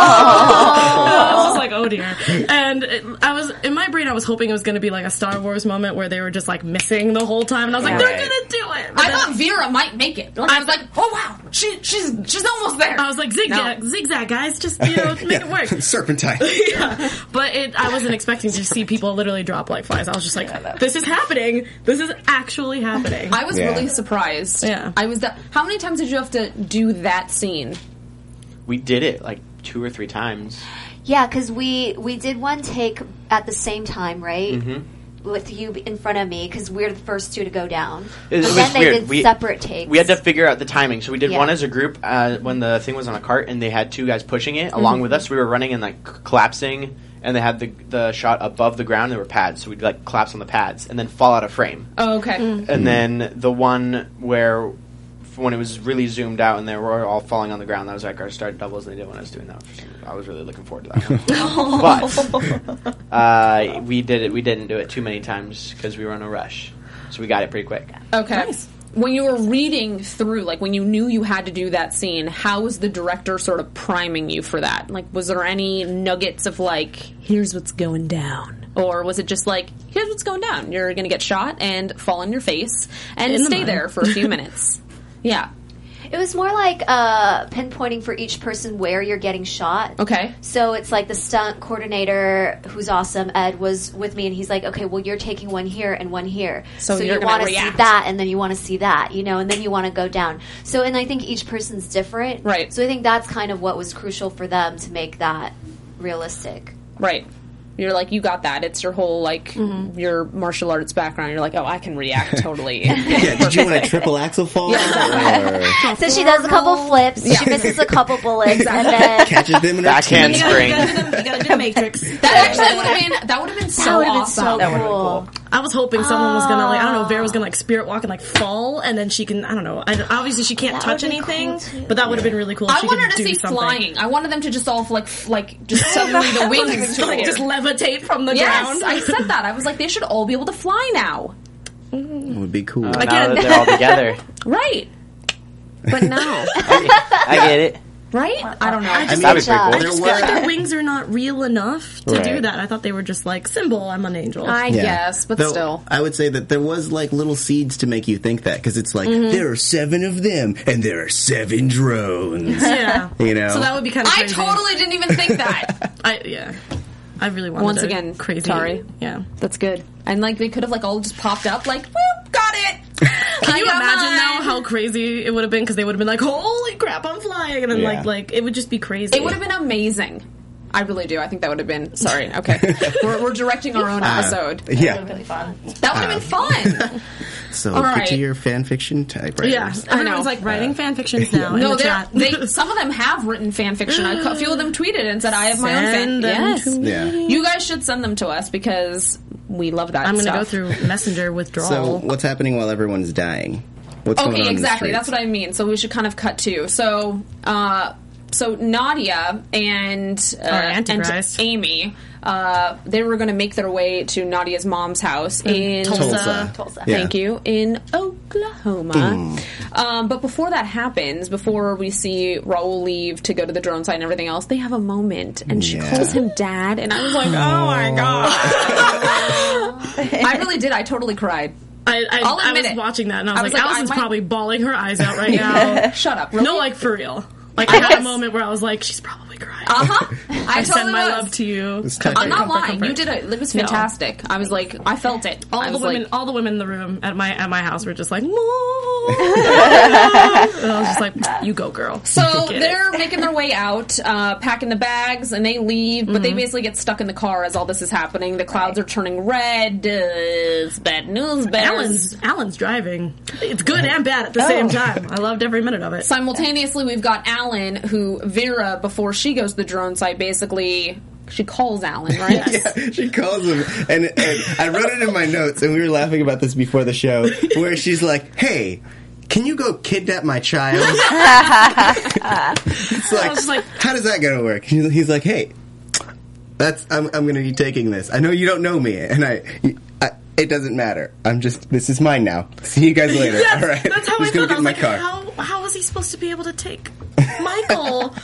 S4: I was just like, oh dear. And it, I was in my brain, I was hoping it was going to be like a Star Wars moment where they were just like missing the whole time, and I was like, they're
S6: Right.
S4: going to do it. But
S3: I
S4: then-
S3: thought Vera might make it. Like, I was like, oh wow, she, she's she's almost there.
S4: I was like zigzag, zigzag, guys, just you know, make it work.
S5: serpentine
S4: yeah, but it, I wasn't expecting to see people literally drop like flies. I was just like, this is happening. This is actually happening.
S3: I was
S5: Yeah.
S3: really surprised.
S4: Yeah.
S3: I was. That, how many times did you have to do that scene?
S6: We did it like two or three times.
S8: Yeah, because we we did one take at the same time, right?
S6: Mm-hmm.
S8: With you in front of me, because we're the first two to go down.
S6: It, it
S8: But
S6: was
S8: then they
S6: weird.
S8: did
S6: we,
S8: separate takes.
S6: We had to figure out the timing, so we did
S8: Yeah.
S6: one as a group Mm-hmm. uh, when the thing was on a cart, and they had two guys pushing it along with us. We were running and like c- collapsing and they had the the shot above the ground. There were pads, so we'd like collapse on the pads and then fall out of frame.
S3: Oh, okay.
S6: And then the one where f- when it was really zoomed out and they were all falling on the ground, that was like our start doubles, and they didn't want us doing that. For some- I was really looking forward to that. One. but uh, we did it. We didn't do it too many times because we were in a rush, so we got it pretty quick.
S3: Okay. When you were reading through, like when you knew you had to do that scene, how was the director sort of priming you for that? Like, was there any nuggets of like, here's what's going down? Or was it just like, here's what's going down? You're going to get shot and fall on your face and
S4: the
S3: stay
S4: mud.
S3: there for a few minutes. Yeah.
S8: It was more like uh, pinpointing for each person where you're getting shot.
S3: Okay.
S8: So it's like the stunt coordinator, who's awesome, Ed, was with me, and he's like, "Okay, well, you're taking one here and one here,
S3: So you're
S8: you
S3: gonna
S8: want to see
S3: react.
S8: that, and then you want to see that, you know, and then you want to go down." So, and I think each person's different,
S3: Right.
S8: So I think that's kind of what was crucial for them to make that realistic.
S3: Right. You're like, you got that. It's your whole, like, your martial arts background. You're like, oh, I can react totally.
S5: Yeah, did you want a triple axle fall? or
S8: So she does a couple flips, she misses a couple bullets, and then
S5: catches them in her
S6: Backhand
S5: teeth?
S4: You
S6: spring.
S4: gotta do the, you gotta do the Matrix.
S3: that actually would have been, that would have been so
S8: that would have been
S3: awesome.
S8: so
S7: That would've been
S8: cool.
S7: cool.
S4: I was hoping someone was gonna like I don't know Vera was gonna like spirit walk and like fall and then she can I don't know I, obviously she can't touch
S8: would've been
S4: anything
S8: cool, too.
S4: but that would have been really cool. If
S3: I
S4: she
S3: wanted
S4: could
S3: to
S4: do
S3: see
S4: something.
S3: flying. I wanted them to just all like f- like just suddenly the wings
S4: Just, like just
S3: disappear.
S4: levitate from the
S3: Yes,
S4: ground.
S3: I said that. I was like, they should all be able to fly now,
S5: would be cool.
S6: Now that they're all together,
S3: right? But no,
S6: I get it.
S3: right? I don't know. I
S5: mean,
S6: That'd be pretty cool.
S5: there
S4: just
S5: were,
S4: feel like their wings are not real enough to do
S5: Right.
S4: that. I thought they were just like symbol. I'm an angel.
S5: Yeah.
S3: guess, but
S5: Though,
S3: still,
S5: I would say that there was like little seeds to make you think that because it's like
S3: Mm-hmm.
S5: there are seven of them and there are seven drones.
S4: yeah.
S5: You know,
S4: So that would be kind of.
S3: I
S4: crazy.
S3: totally didn't even think that.
S4: I, yeah. I really wanted
S3: Once
S4: a
S3: again,
S4: crazy.
S3: sorry.
S4: Yeah.
S3: That's good. And like they could have like all just popped up, like whoop, got it.
S4: Can you imagine though how crazy it would have been because they would have been like, "Holy crap, I'm flying!" and then
S5: Yeah.
S4: like like it would just be crazy.
S3: It would have been amazing. I really do. I think that would have been. Sorry. Okay, we're, we're directing our own
S4: Uh,
S3: episode.
S5: yeah.
S3: That would have been fun.
S5: So
S3: All
S5: picture
S3: right.
S5: your fan fiction typewriters.
S4: Yeah, everyone's
S3: know.
S4: like writing fan fictions now. in
S3: No,
S4: the
S3: they're-
S4: chat.
S3: they some of them have written fan fiction. I, a few of them tweeted and um, said, "I have my own fan."
S4: Send them
S3: Yes,
S4: to me.
S5: Yeah.
S3: you guys should send them to us because we love that.
S4: I'm gonna
S3: stuff.
S4: go through messenger withdrawal.
S5: So what's happening while everyone's dying? What's going
S3: Okay,
S5: on
S3: exactly.
S5: In the
S3: That's what I mean. So we should kind of cut to. So, uh, so Nadia and, uh,
S4: Our
S3: and
S4: Antichrist.
S3: Amy, uh, they were going to make their way to Nadia's mom's house in
S5: Tulsa.
S8: Tulsa.
S5: Yeah.
S3: Thank you. In Oklahoma.
S4: Mm.
S3: Um, but before that happens, before we see Raul leave to go to the drone site and everything else, they have a moment and she
S5: Yeah.
S3: calls him dad. And I was like, oh my God. I really did. I totally cried.
S4: I, I,
S3: I'll
S4: I
S3: admit
S4: was
S3: it.
S4: watching that and I was,
S3: I was
S4: like,
S3: like,
S4: Allison's
S3: I might-
S4: probably bawling her eyes out right now.
S3: Shut up.
S4: no, like for real. Like I had a moment where I was like, she's probably crying.
S3: Uh huh. I,
S4: I
S3: totally
S4: send my
S3: was.
S4: love to you.
S5: touching.
S3: I'm not
S4: Comfort,
S3: lying.
S4: comfort.
S3: You did it. It was fantastic. I was like, I felt it.
S4: All
S3: I
S4: the
S3: was
S4: women,
S3: like,
S4: all the women in the room at my at my house were just like, "Mom." and I was just like, "You go, girl."
S3: so
S4: Get it.
S3: they're making their way out, uh, packing the bags, and they leave. But
S4: Mm-hmm.
S3: they basically get stuck in the car as all this is happening. The clouds are turning red. Uh, it's bad news. Bears.
S4: Alan's Alan's driving. It's good and bad at the same time. I loved every minute of it.
S3: Simultaneously, we've got Alan, who Vera, before she goes to the drone site, basically she calls Alan, right?
S5: Yeah, she calls him, and, and I wrote it in my notes, and we were laughing about this before the show, where she's like, "Hey, can you go kidnap my child?" it's like,
S4: was like-
S5: how does that gonna work? He's he's like, "Hey, that's I'm I'm gonna be taking this. I know you don't know me, and I." I it doesn't matter. I'm just. This is mine now. See you guys later.
S4: Yes,
S5: All right.
S4: That's how
S5: just
S4: I
S5: go get
S4: felt. I was
S5: in my
S4: like,
S5: car.
S4: how how is he supposed to be able to take Michael?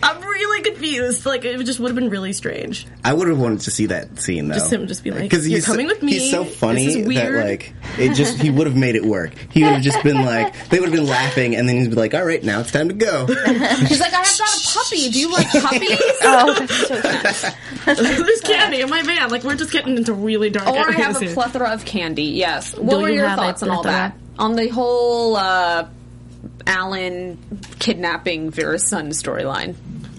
S4: I'm really confused. Like it just would have been really strange.
S5: I would have wanted to see that scene though.
S4: Just him just be like,
S5: because
S4: "You're
S5: he's so-
S4: coming with me.
S5: He's so
S4: This
S5: funny
S4: is weird."
S5: that like it just he would have made it work. He would have just been like they would have been laughing, and then he'd be like, "All right, now it's time to go."
S3: She's like, I have got a puppy. Do you like puppies?
S7: Oh, that's so cute.
S4: There's candy in my van. Like we're just getting into really dark.
S3: Or I
S4: areas
S3: have a
S4: here.
S3: plethora of candy. Yes. What
S4: Do
S3: were
S4: you
S3: your
S4: have a
S3: thoughts on all
S4: plethora?
S3: that? On the whole uh, Alan kidnapping Vera's son storyline.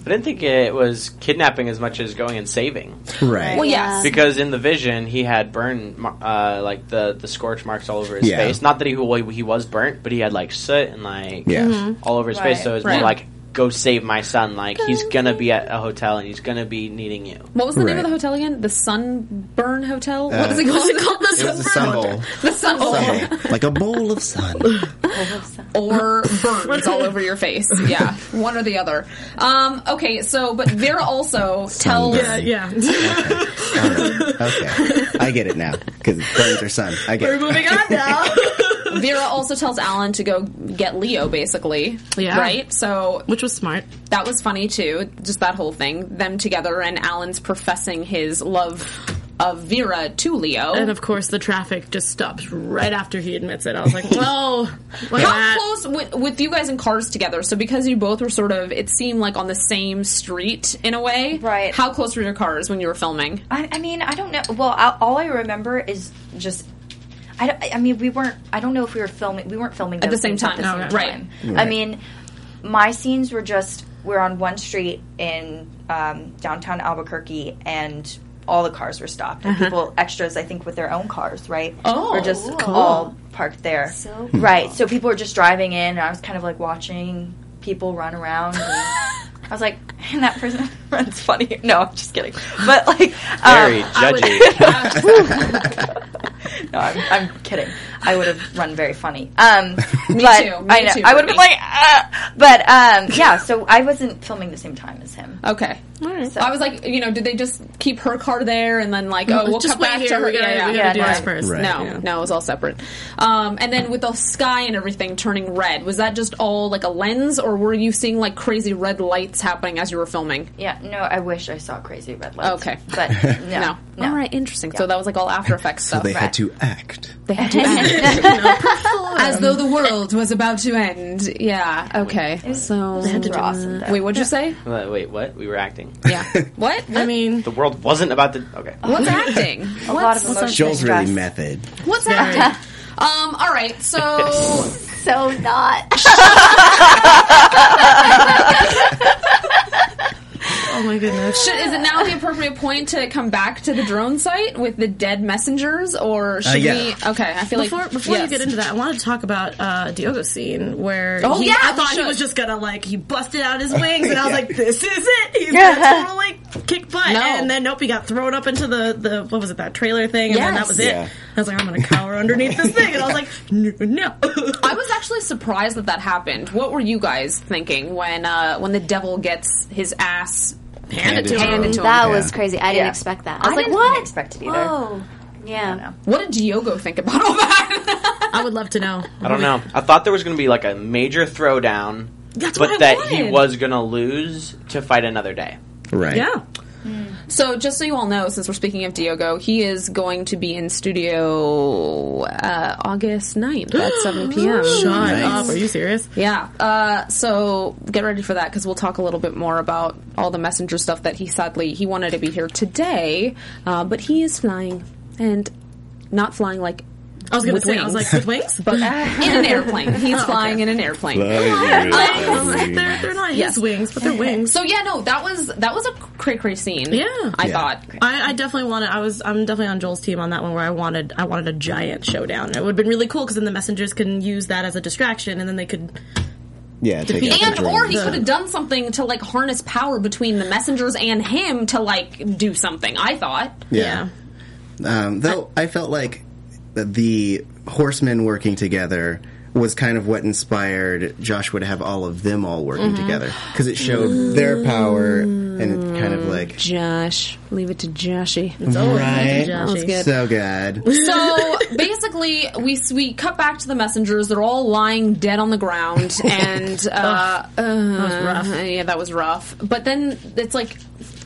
S6: I didn't think it was kidnapping as much as going and saving.
S5: right.
S3: Well, yes.
S6: Because in the vision, he had burn mar- uh, like the the scorch marks all over his
S5: Yeah.
S6: face. Not that he well, he was burnt, but he had like soot and like
S5: Yeah. Mhm.
S4: Mm-hmm.
S6: all over his face.
S7: Right.
S6: So it was
S3: Right.
S6: more like go save my son. Like he's gonna be at a hotel and he's gonna be needing you.
S3: What was the name
S5: Right.
S3: of the hotel again? The Sunburn Hotel. what
S5: Uh,
S3: is it called? it called?
S5: It was a sun bowl.
S3: The Sun
S5: Sun bowl. like a bowl of sun.
S3: or burns all over your face. Yeah, one or the other. Um, okay, so but Vera also tells.
S5: Sunburn.
S4: Yeah.
S5: Okay, I get it now because burns are sun. I get. it.
S4: Moving on now.
S3: Vera also tells Alan to go get Leo, basically.
S4: Yeah.
S3: Right. So
S4: Which was smart.
S3: that was funny too. Just that whole thing, them together, and Alan's professing his love of Vera to Leo.
S4: And of course, the traffic just stops right after he admits it. I was like, whoa. Look at
S3: How
S4: that.
S3: close with, with you guys in cars together? So because you both were sort of, it seemed like on the same street in a way.
S7: Right.
S3: How close were your cars when you were filming?
S7: I, I mean, I don't know. Well, I, all I remember is just. I, don't- I mean, we weren't. I don't know if we were filming. We weren't filming
S3: the
S7: those
S3: same
S7: scenes
S3: time.
S7: At the
S3: Okay.
S7: same
S3: Right.
S7: time. I mean, my scenes were just we're on one street in um, downtown Albuquerque, and all the cars were stopped. And people extras, I think, with their own cars, right?
S3: Uh-huh. Oh,
S7: were just all parked there.
S8: So cool.
S7: right. So people were just driving in, and I was kind of like watching people run around. And, I was like, and that person runs funny. No, I'm just kidding. But like, um,
S6: Very judgy.
S7: no, I'm, I'm kidding. I would have run very funny. Um, me but
S3: too, me
S7: I know
S3: too,
S7: I would
S3: Brittany.
S7: have been like, ah! but um, yeah. So I wasn't filming the same time as him.
S3: Okay.
S7: So-
S3: I was like, you know, did they just keep her car there and then like, oh, we'll
S4: just
S3: cut
S4: wait
S3: back
S4: here.
S3: to her?
S4: we gotta, we gotta
S7: yeah,
S4: do
S7: no,
S4: this
S7: I-
S4: first.
S5: Right.
S3: No,
S5: yeah.
S3: no, it was all separate. Um, and then with the sky and everything turning red, was that just all like a lens, or were you seeing like crazy red lights happening as you were filming?
S7: Yeah. No, I wish I saw crazy red lights.
S3: Okay.
S7: but no,
S3: No.
S7: no.
S3: All right, interesting. So that was like all After Effects
S5: So
S3: stuff.
S5: they had to act.
S3: They had to end. As though the world was about to end. Yeah. Okay. so uh,
S7: Those were awesome. Though.
S3: wait, what'd you say?
S6: Wait, Wait, what? We were acting.
S3: Yeah. What?
S4: I mean,
S6: The world wasn't about to. Okay.
S3: what's acting?
S7: a lot of emotional
S5: Joel's
S7: stress.
S5: really method.
S3: What's acting? Um. All right. So
S8: So not.
S4: oh my goodness.
S3: Should, is it now the appropriate point to come back to the drone site with the dead messengers, or should
S5: yeah.
S3: we? Okay, I feel
S4: Before,
S3: like
S4: before
S3: yes.
S4: you get into that, I want to talk about uh, Diogo's scene where
S3: Oh,
S4: he,
S3: yeah,
S4: I
S3: we
S4: thought he
S3: should.
S4: was just gonna like he busted out his wings and I was like, this is it. He's gonna totally kick butt.
S3: No.
S4: And then nope, he got thrown up into the, the what was it that trailer thing and then
S3: Yes.
S4: that was
S5: Yeah.
S4: it. I was like, I'm gonna cower underneath this thing and I was like, no. no.
S3: I was actually surprised that that happened. What were you guys thinking when uh, when the devil gets his ass?
S5: Handed to
S3: Handed
S5: him.
S3: to him.
S8: That
S5: Yeah.
S8: was crazy. I didn't
S7: Yeah.
S8: expect that. I was
S7: I
S8: like,
S7: didn't
S8: what?
S7: expect it either.
S8: Whoa. Yeah.
S3: What did Diogo think about all that?
S4: I would love to know.
S6: I don't know. I thought there was going to be like a major throwdown,
S4: That's
S6: but
S4: what I
S6: that he
S4: wanted.
S6: was going to lose to fight another day.
S5: Right.
S4: Yeah.
S3: so, just so you all know, since we're speaking of Diogo, he is going to be in studio uh, August 9th at seven p.m.
S4: God,
S5: Nice.
S4: up. Are you serious?
S3: Yeah. Uh, so get ready for that because we'll talk a little bit more about all the messenger stuff that he sadly he wanted to be here today, uh, but he is flying and not flying like
S4: I was gonna
S3: With
S4: say I was
S3: wings.
S4: like with wings?
S3: but in an airplane. He's flying in an airplane.
S5: Oh,
S4: Oh, they're, they're not his wings, but they're wings.
S3: So yeah, no, that was that was a cray cray scene.
S4: Yeah.
S3: I
S5: Yeah.
S3: thought.
S4: I, I definitely wanted. I was. I'm definitely on Joel's team on that one, where I wanted. I wanted a giant showdown. It would have been really cool because then the messengers can use that as a distraction, and then they could.
S5: Yeah. Take out the
S3: And or
S5: drones.
S3: he could have done something to like harness power between the messengers and him to like do something. I thought.
S5: Yeah.
S4: Yeah.
S5: Um, though I felt like the horsemen working together was kind of what inspired Joshua to have all of them all working
S4: Mm-hmm.
S5: together because it showed
S4: Mm.
S5: their power and it kind of like
S3: Josh, leave it to Joshy.
S4: Mm-hmm. Oh,
S5: right.
S4: Joshy. That
S5: So good.
S3: So basically, we we cut back to the messengers. They're all lying dead on the ground, and uh,
S4: rough.
S3: uh, yeah, that was rough. But then it's like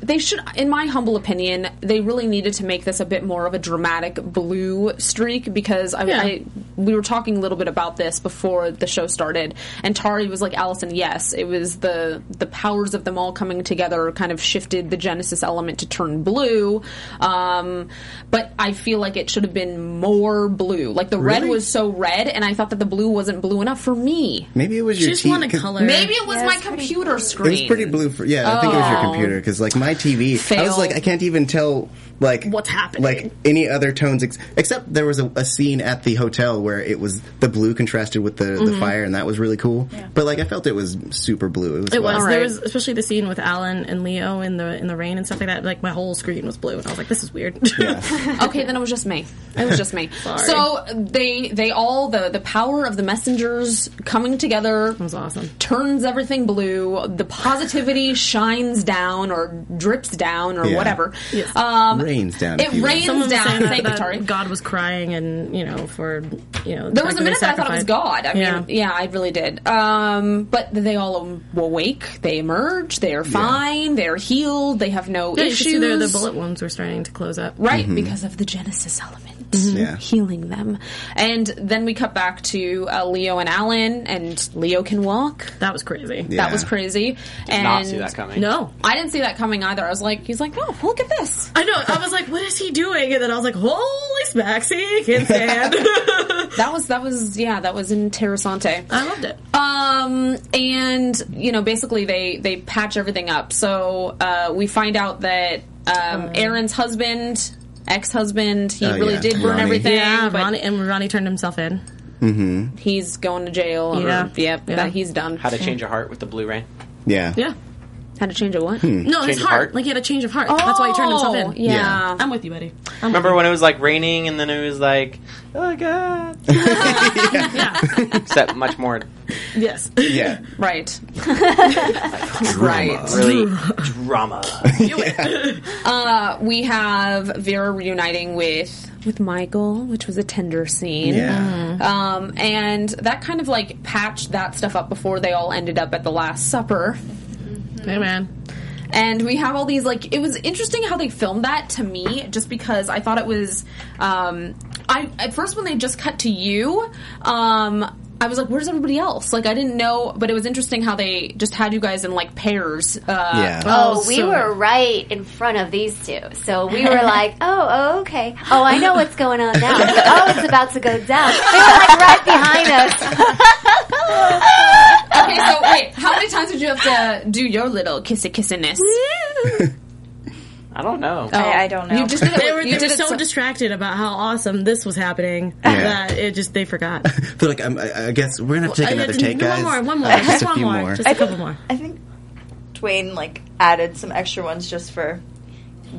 S3: they should, in my humble opinion, they really needed to make this a bit more of a dramatic blue streak because I,
S4: Yeah.
S3: I we were talking a little bit about this before the show started, and Tari was like, "Allison, yes, it was the the powers of them all coming together, kind of shifted the Genesis element to turn blue." Um, but I feel like it should have been more blue. Like the red
S5: Really?
S3: was so red, and I thought that the blue wasn't blue enough for me.
S5: Maybe it was your
S4: She's
S5: TV.
S4: one of color.
S3: Maybe it was
S8: Yeah,
S3: my
S8: it's pretty
S3: computer
S5: It
S3: screen.
S4: Oh.
S5: was pretty blue for yeah. I think it was your computer because like my TV, I
S3: Fail.
S5: was like I can't even tell like
S4: What's happening?
S5: like any other tones ex- except there was a, a scene at the hotel where it was the blue contrasted with the,
S4: Mm-hmm.
S5: the fire and that was really cool but like i felt it was super blue it was
S4: It was.
S5: wild.
S4: There was especially the scene with Alan and Leo in the in the rain and stuff like that. Like my whole screen was blue, and I was like, "This is weird."
S3: okay, then it was just me. It was just me. so they they all the the power of the messengers coming together
S4: was awesome.
S3: turns everything blue. The positivity shines down or drips down or
S5: Yeah.
S3: whatever. Um,
S5: Rains down, if
S3: It
S5: you will.
S3: rains
S4: Someone was
S3: down.
S4: saying that,
S3: Thank you,
S4: that
S3: Tari.
S4: God was crying, and you know, for you know,
S3: There was a minute that I thought it was
S4: sacrifice.
S3: God. I mean,
S4: Yeah.
S3: yeah, I really did. Um, but they all awake. They emerge. They are fine. They are healed. They have no
S4: Yeah, you could
S3: issues.
S4: see there the bullet wounds were starting to close up.
S3: right because of the Genesis element.
S5: Mm-hmm. Yeah.
S3: Healing them, and then we cut back to uh, Leo and Alan, and Leo can walk.
S4: That was crazy.
S5: Yeah.
S3: That was crazy. and
S6: Not see that coming.
S4: No,
S3: I didn't see that coming either. I was like, he's like, oh, look at this.
S4: I know. I was like, "What is he doing?" And then I was like, "Holy smacks, he can stand." I
S3: That was that was yeah, that was in Terrasante.
S4: loved it.
S3: Um, and you know, basically they they patch everything up. So uh, we find out that
S4: Uh.
S3: um, Aaron's husband, ex husband, he
S5: Oh,
S3: really
S5: yeah,
S3: did burn
S5: Ronnie.
S3: everything.
S4: yeah,
S3: but
S4: Ronnie and Ronnie turned himself in.
S3: he's going to jail. Or,
S4: Yeah.
S3: yep, that-
S4: Yeah.
S3: he's done.
S6: How to change a heart with the blue rain.
S5: yeah
S4: Yeah.
S3: Had to change a what?
S5: Hmm.
S4: No, his
S6: Change of
S4: heart.
S6: heart?
S4: Like he had a change of heart. That's why he turned himself
S3: Oh,
S4: in.
S3: Yeah.
S5: Yeah.
S4: I'm with you, buddy. I'm
S6: Remember when it was like raining and then it was like, oh god. Except much more
S4: with you. Yes.
S5: yeah
S3: Right.
S5: right
S6: really drama.
S3: We have Vera reuniting with with Michael, which was a tender scene.
S5: yeah
S3: Um, and that kind of like patched that stuff up before they all ended up at the Last Supper.
S4: Hey, man.
S3: And we have all these like it was interesting how they filmed that to me, just because I thought it was. Um, I at first when they just cut to you, um, I was like, "Where's everybody else?" Like I didn't know, but it was interesting how they just had you guys in like pairs. Uh,
S5: yeah
S8: Oh, we
S4: so-
S8: were right in front of these two. So we were like, oh, oh, okay. Oh, I know what's going on now. oh, it's about to go down. They were like right behind us.
S3: Okay, so wait, how many times did you have to do your little kissy kissiness?
S6: I don't know.
S7: I, I don't know.
S3: You just did it.
S4: They were,
S3: you
S4: they
S3: did
S4: were
S3: it
S4: so, distracted about how awesome this was happening that it just they forgot.
S5: I feel like I'm, I, I guess we're gonna have to take
S4: Uh,
S5: another
S4: yeah,
S5: take
S4: one
S5: guys
S4: more, one more,
S5: Uh,
S4: just
S5: a
S4: one
S5: few
S4: more,
S5: more
S4: just a couple more.
S7: I think Dwayne like added some extra ones just for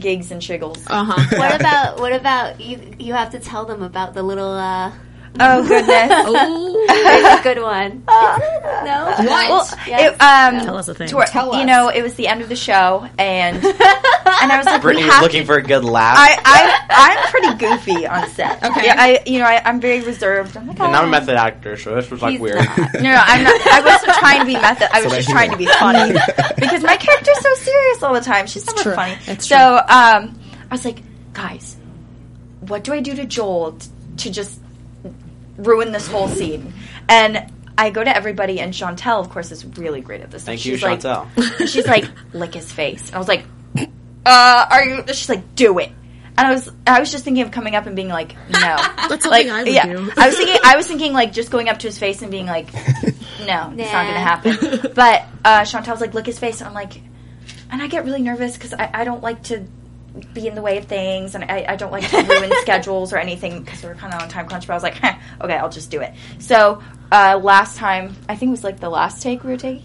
S7: gigs and shiggles.
S8: What about, what about, you, you have to tell them about the little, uh,
S7: oh goodness.
S8: there's a good one. no?
S3: What?
S7: Well,
S8: Yes.
S7: it, um,
S4: Tell us a thing.
S7: toward-
S3: Tell us.
S7: You know, it was the end of the show, and and I was like,
S6: Brittany
S7: we
S6: was
S7: have
S6: looking
S7: to-
S6: for a good laugh.
S7: I, I I'm pretty goofy on set.
S3: Okay.
S7: Yeah, I you know I, I'm very reserved. I'm like,
S6: and I'm
S7: "Oh."
S6: a method actor, so this was like
S7: He's
S6: weird.
S7: not. No, no, I'm not. I wasn't trying to be method. I was
S5: what
S7: just
S5: I
S7: trying to
S5: hear.
S7: be funny because my character's so serious all the time. She's never
S3: true.
S7: funny.
S3: It's
S7: so um, I was like, guys, what do I do to Joel t- to just ruin this whole scene? And I go to everybody, and Chantel, of course, is really great at this.
S6: Thank
S7: She's
S6: you,
S7: like-
S6: Chantel.
S7: she's like, lick his face. And I was like, uh, are you? She's like, do it. And I was, I was just thinking of coming up and being like, no. That's
S4: something I would do.
S7: I was thinking, I was thinking like just going up to his face and being like, no, it's not gonna
S8: Nah.
S7: happen. But uh, Chantal's like, lick his face. And I'm like, and I get really nervous because I, I don't like to be in the way of things, and I, I don't like to ruin schedules or anything because we're kind of on time crunch. But I was like, "Heh, okay, I'll just do it. So uh, last time, I think it was like the last take we were taking,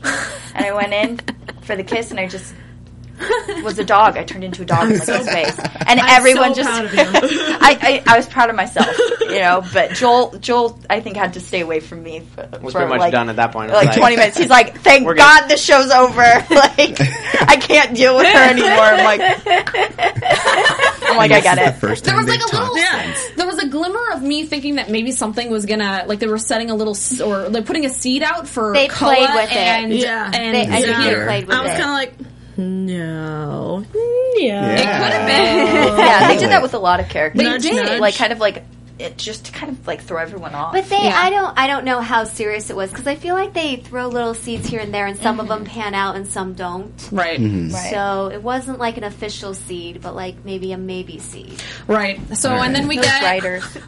S7: and I went in for the kiss, and I just was a dog. I turned into a dog in like his face, and everyone
S4: so
S7: just
S4: proud of you.
S7: I, I I was proud of myself, you know. But Joel Joel I think had to stay away from me. For,
S6: was
S7: for
S6: pretty much
S7: like,
S6: done at that point. It was
S7: Like, twenty minutes, he's like, "Thank
S6: We're good."
S7: God the show's over. Like, I can't deal with her anymore." I'm like, I'm like, I
S5: This
S7: got
S5: is the
S7: it.
S5: first
S3: There
S5: time
S3: was like
S5: they've
S3: a little,
S5: talked.
S3: there was a glimmer of me thinking that maybe something was gonna, like they were setting a little, s- or like putting a seed out for.
S8: They
S3: Koa
S8: played with it.
S3: and,
S4: Yeah.
S3: and
S8: They- I think
S5: Yeah.
S8: they
S3: Zahir.
S8: played with
S4: I was
S8: it.
S4: kind of like, no,
S5: Yeah.
S4: yeah.
S7: Yeah, they did that with a lot of characters.
S3: They did.
S4: nudge.
S7: like, kind of like it, just to kind of like throw everyone off.
S8: But they,
S3: Yeah.
S8: I don't, I don't know how serious it was because I feel like they throw little seeds here and there, and some of
S3: Mm-hmm.
S8: them pan out and some don't.
S3: Right,
S7: Right.
S8: So it wasn't like an official seed, but like maybe a maybe seed.
S3: right. So and then we
S7: Those
S3: get
S7: writers.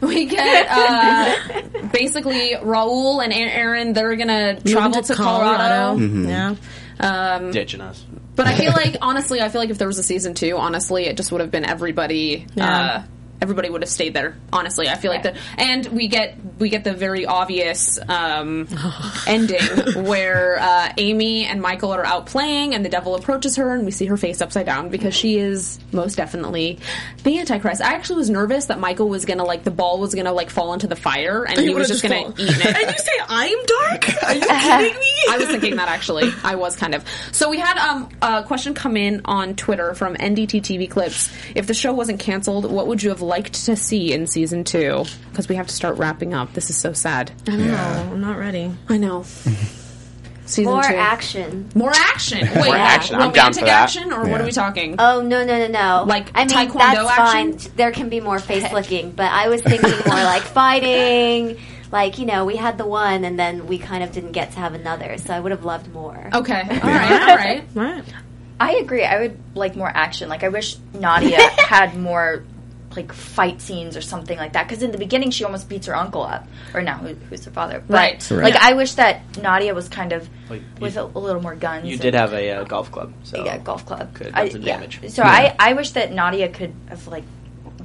S3: we get uh, basically Raul and Aaron. They're gonna travel
S4: Moving
S5: Mm-hmm.
S3: to Colorado.
S4: Yeah.
S3: Um,
S6: ditching us.
S3: but I feel like honestly, I feel like if there was a season two, honestly, it just would have been everybody. Uh, everybody would have stayed there. Honestly, I feel like that. And we get we get the very obvious um, ending where uh, Amy and Michael are out playing, and the devil approaches her, and we see her face upside down because she is most definitely the Antichrist. I actually was nervous that Michael was gonna like the ball was gonna like fall into the fire, and he, was just, gonna
S4: fall.
S3: eat it.
S4: And you say I'm dark? Are you kidding me?
S3: I was thinking that actually. I was kind of. So we had um, a question come in on Twitter from NDTV Clips. If the show wasn't canceled, what would you have liked to see in season two? Because we have to start wrapping up. This is so sad.
S4: No, Oh, I'm not ready.
S3: I know. season
S8: More
S3: two.
S8: action.
S3: More action. Wait,
S8: More action.
S6: I'm down
S3: romantic
S6: for that. Um,
S3: action, or what are we talking?
S8: Oh no no no no!
S3: Like
S8: I mean,
S3: taekwondo
S8: that's
S3: action?
S8: fine. There can be more face licking, but I was thinking more like fighting. Like you know, we had the one, and then we kind of didn't get to have another. So I would have loved more.
S3: okay. All right. All right.
S4: All right.
S7: I agree. I would like more action. Like I wish Nadia had more like fight scenes or something like that. Because in the beginning, she almost beats her uncle up, or no, who, who's her father?
S3: Right.
S7: But, Like I wish that Nadia was kind of
S6: Like,
S7: with
S6: you-
S7: a, a little more guns.
S6: You
S7: and-
S6: did have a uh, golf club, so
S7: yeah golf club.
S6: Could
S7: I-
S6: have some
S7: yeah.
S6: damage.
S7: So I I wish that Nadia could have like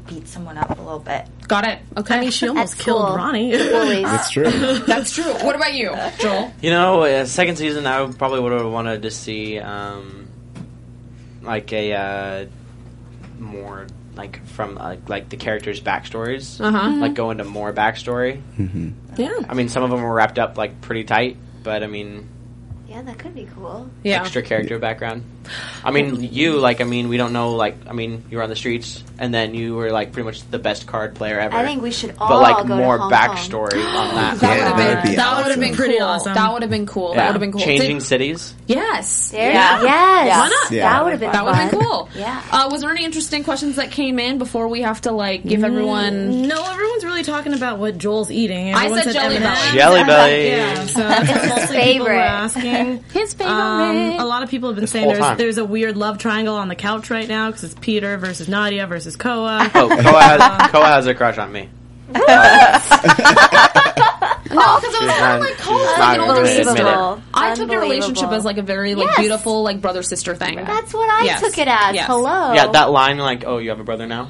S7: beat someone up a little bit.
S3: Got it. Okay.
S4: I mean, she almost
S8: At
S4: killed
S8: school.
S4: Ronnie.
S8: Bullies.
S5: That's true.
S3: That's true. What about you, Joel?
S6: You know, uh, second season, I would- probably would have wanted to see um, like a uh, more like from like like the characters' backstories,
S3: Uh-huh.
S8: Mm-hmm.
S6: like go into more backstory.
S4: yeah.
S6: I mean, some of them were wrapped up like pretty tight, but I mean,
S8: yeah, that could be cool.
S3: Yeah.
S6: extra character background. I mean, you like I mean, we don't know like I mean, you were on the streets, and then you were like pretty much the best card player ever.
S8: I think we should all
S6: but like
S8: go
S6: more
S8: to Hong Kong.
S6: backstory on that.
S3: That
S5: Yeah,
S3: would have
S5: that would
S3: been, that would
S5: be
S3: have
S5: awesome.
S3: been
S4: Pretty
S3: cool.
S4: awesome.
S3: That would have been cool. That
S6: Yeah.
S3: would have been cool.
S6: Changing
S3: Did-
S6: cities.
S3: yes.
S8: There-
S7: Yeah.
S8: Yes.
S7: Why
S4: not?
S8: That
S5: Yeah.
S8: would have been.
S3: That would have been cool.
S8: Yeah.
S3: Uh, was there any interesting questions that came in before we have to like
S8: Mm.
S3: give everyone?
S4: No, everyone's really talking about what Joel's eating.
S3: I
S4: Everyone
S3: said jelly
S4: M&Ms.
S3: belly.
S6: Jelly belly.
S4: Yeah, so that's what mostly people were
S8: favorite.
S4: asking.
S3: His favorite.
S4: Um, a lot of people have been saying
S6: whole
S4: there's
S6: time.
S4: there's a weird love triangle on the couch right now because it's Peter versus Nadia versus Koa.
S6: Oh, Koa has, Koa has a crush on me.
S3: no, because it was kind of like
S6: She's
S3: cold.
S6: not
S3: Like an older
S6: gonna admit it.
S3: sister. I took your
S8: Unbelievable.
S3: relationship as like a very like
S8: Yes.
S3: beautiful like brother sister thing.
S8: That's what I
S3: Yes.
S8: took it as.
S3: Yes.
S8: Hello.
S6: Yeah, that line like, "Oh, you have a brother now,"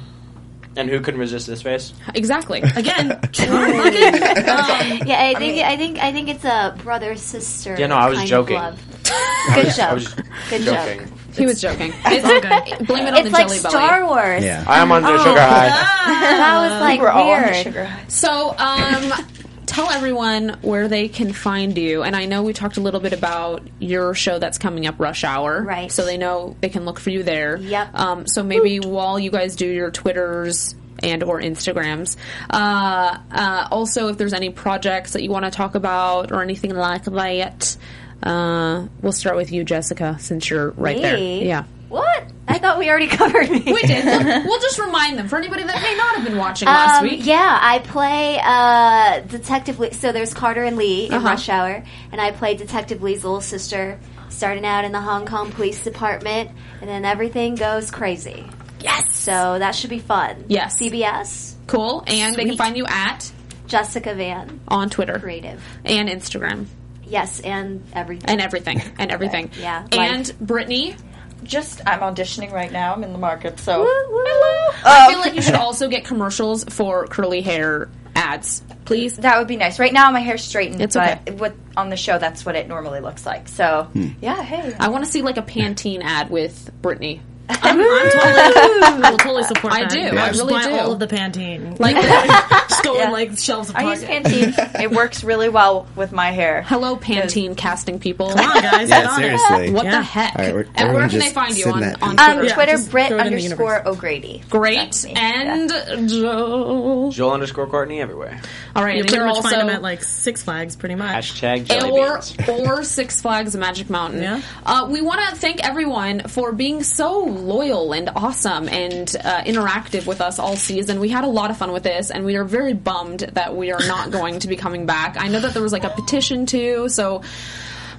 S6: and who can resist this face?
S3: exactly.
S4: Again, charm looking.
S8: Yeah, I think I think I think it's a brother sister.
S6: Yeah, no, I was
S8: kind of
S6: joking.
S8: love. Good
S6: I
S8: joke.
S6: was
S8: Good
S6: joking.
S8: joke.
S3: he was joking.
S4: all good.
S3: Blame it on the
S8: It's like
S3: jelly
S8: Star
S3: belly.
S8: Wars.
S5: Yeah.
S6: I am on
S3: Oh.
S6: the sugar high.
S8: That
S3: Uh,
S8: was like
S7: We're all on the
S8: weird.
S7: sugar high.
S3: So, um, tell everyone where they can find you. And I know we talked a little bit about your show that's coming up, Rush Hour.
S8: Right.
S3: So they know they can look for you there.
S8: Yep.
S3: Um, so maybe while you guys do your Twitters and or Instagrams, uh, uh, also if there's any projects that you want to talk about or anything like that, uh, we'll start with you, Jessica, since you're right there.
S8: Me?
S3: Yeah.
S8: What? I thought we already covered me.
S3: We did. We'll- we'll just remind them for anybody that may not have been watching last
S8: Um,
S3: week.
S8: yeah, I play uh, Detective. Le- so there's Carter and Lee in
S3: Uh-huh.
S8: Rush Hour, and I play Detective Lee's little sister, starting out in the Hong Kong Police Department, and then everything goes crazy. Yes. So that should be fun.
S3: Yes.
S8: CBS.
S3: Cool. And they can
S8: Sweet.
S3: find you at
S8: Jessica Van,
S3: on Twitter.
S8: creative.
S3: and Instagram
S8: Yes, and everything.
S3: and everything and everything.
S8: Yeah,
S3: And
S8: life.
S3: Brittany,
S7: Just I'm auditioning right now. I'm in the market, so
S4: Oh.
S3: I feel like you should also get commercials for curly hair ads, please.
S7: That would be nice. Right now, my hair's straightened,
S3: It's
S7: but
S3: okay.
S7: with, on the show, that's what it normally looks like. So, yeah, hey.
S3: I want to see like a Pantene ad with Brittany.
S4: I'm, I'm totally, I will totally support
S3: I
S4: that.
S3: do.
S4: I'll
S3: I
S4: just
S3: really
S4: buy
S3: do.
S4: all of the Pantene.
S3: Like,
S4: just go
S7: Yeah.
S4: in like shelves of
S7: I use
S4: pocket.
S7: Pantene. it works really well with my hair.
S3: hello, Pantene casting people.
S4: Come on, guys, get
S5: Yeah,
S4: on it.
S5: seriously.
S3: What
S4: Yeah.
S3: the heck?
S5: All right, we're-
S3: and where
S5: everyone
S3: can they
S5: just
S3: find you
S5: send
S3: on,
S5: that
S3: on
S5: to-
S7: Um,
S3: Twitter?
S7: Twitter,
S4: just
S7: Brit
S4: throw it in the universe.
S7: underscore O'Grady.
S3: Great
S7: That's me.
S3: and Joel.
S6: Joel underscore Courtney everywhere.
S3: All right,
S4: You
S3: and
S4: pretty
S3: you're
S4: much
S3: also
S4: find them at like Six Flags, pretty much.
S6: Hashtag jelly
S3: or
S6: beans.
S3: or Six Flags Magic Mountain.
S4: Yeah.
S3: Uh, we want to thank everyone for being so loyal and awesome and uh, interactive with us all season. We had a lot of fun with this, and we are very bummed that we are not going to be coming back. I know that there was like a petition too, so.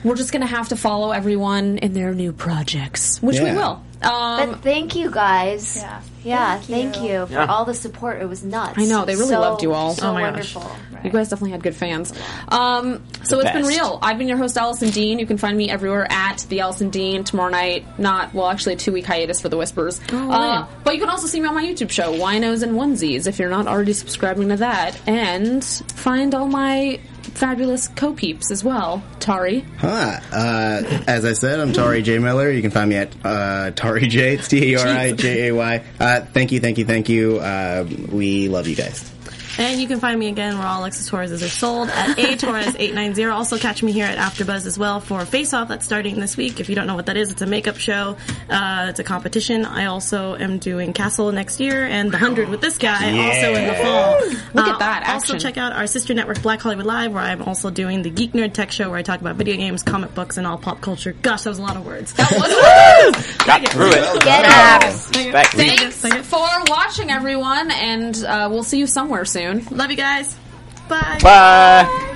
S3: we're just going to have to follow everyone in their new projects, which we
S5: Yeah.
S3: will. Um,
S8: But thank you guys.
S7: Yeah.
S8: Yeah,
S7: Thank
S8: thank,
S7: you.
S8: you, for
S6: Yeah.
S8: all the support. It was nuts.
S3: I know, they really
S8: So-
S3: loved you all.
S8: So
S4: Oh my gosh.
S8: wonderful.
S3: You guys definitely had good fans. Um, so
S6: The
S3: it's been
S6: best.
S3: real. I've been your host, Allison Dean. You can find me everywhere at the Allison Dean. Tomorrow night, not well, actually, a two week hiatus for the Whispers. uh, but you can also see me on my YouTube show, Winos and Onesies, if you're not already subscribing to that, and find all my fabulous co peeps as well. Tari,
S5: Huh. Uh, as I said, I'm Tari J. Miller. You can find me at uh, Tari J. It's T A R I J A Y. Uh, Thank you, thank you, thank you. Uh, we love you guys.
S4: And you can find me again where all Alexis Torreses are sold at a Torres eight nine zero. Also catch me here at AfterBuzz as well for Face Off that's starting this week. If you don't know what that is, it's a makeup show. Uh, it's a competition. I also am doing Castle next year and The Hundred with this guy also in the fall. Uh,
S3: Look at that, action.
S4: Also check out our sister network Black Hollywood Live where I'm also doing the Geek Nerd Tech Show where I talk about video games, comic books, and all pop culture. Gosh, that was a lot of words.
S6: Got through it.
S8: Get out.
S6: Respect.
S3: thanks for watching, everyone, and uh, we'll see you somewhere soon.
S4: Love you guys. Bye.
S6: Bye.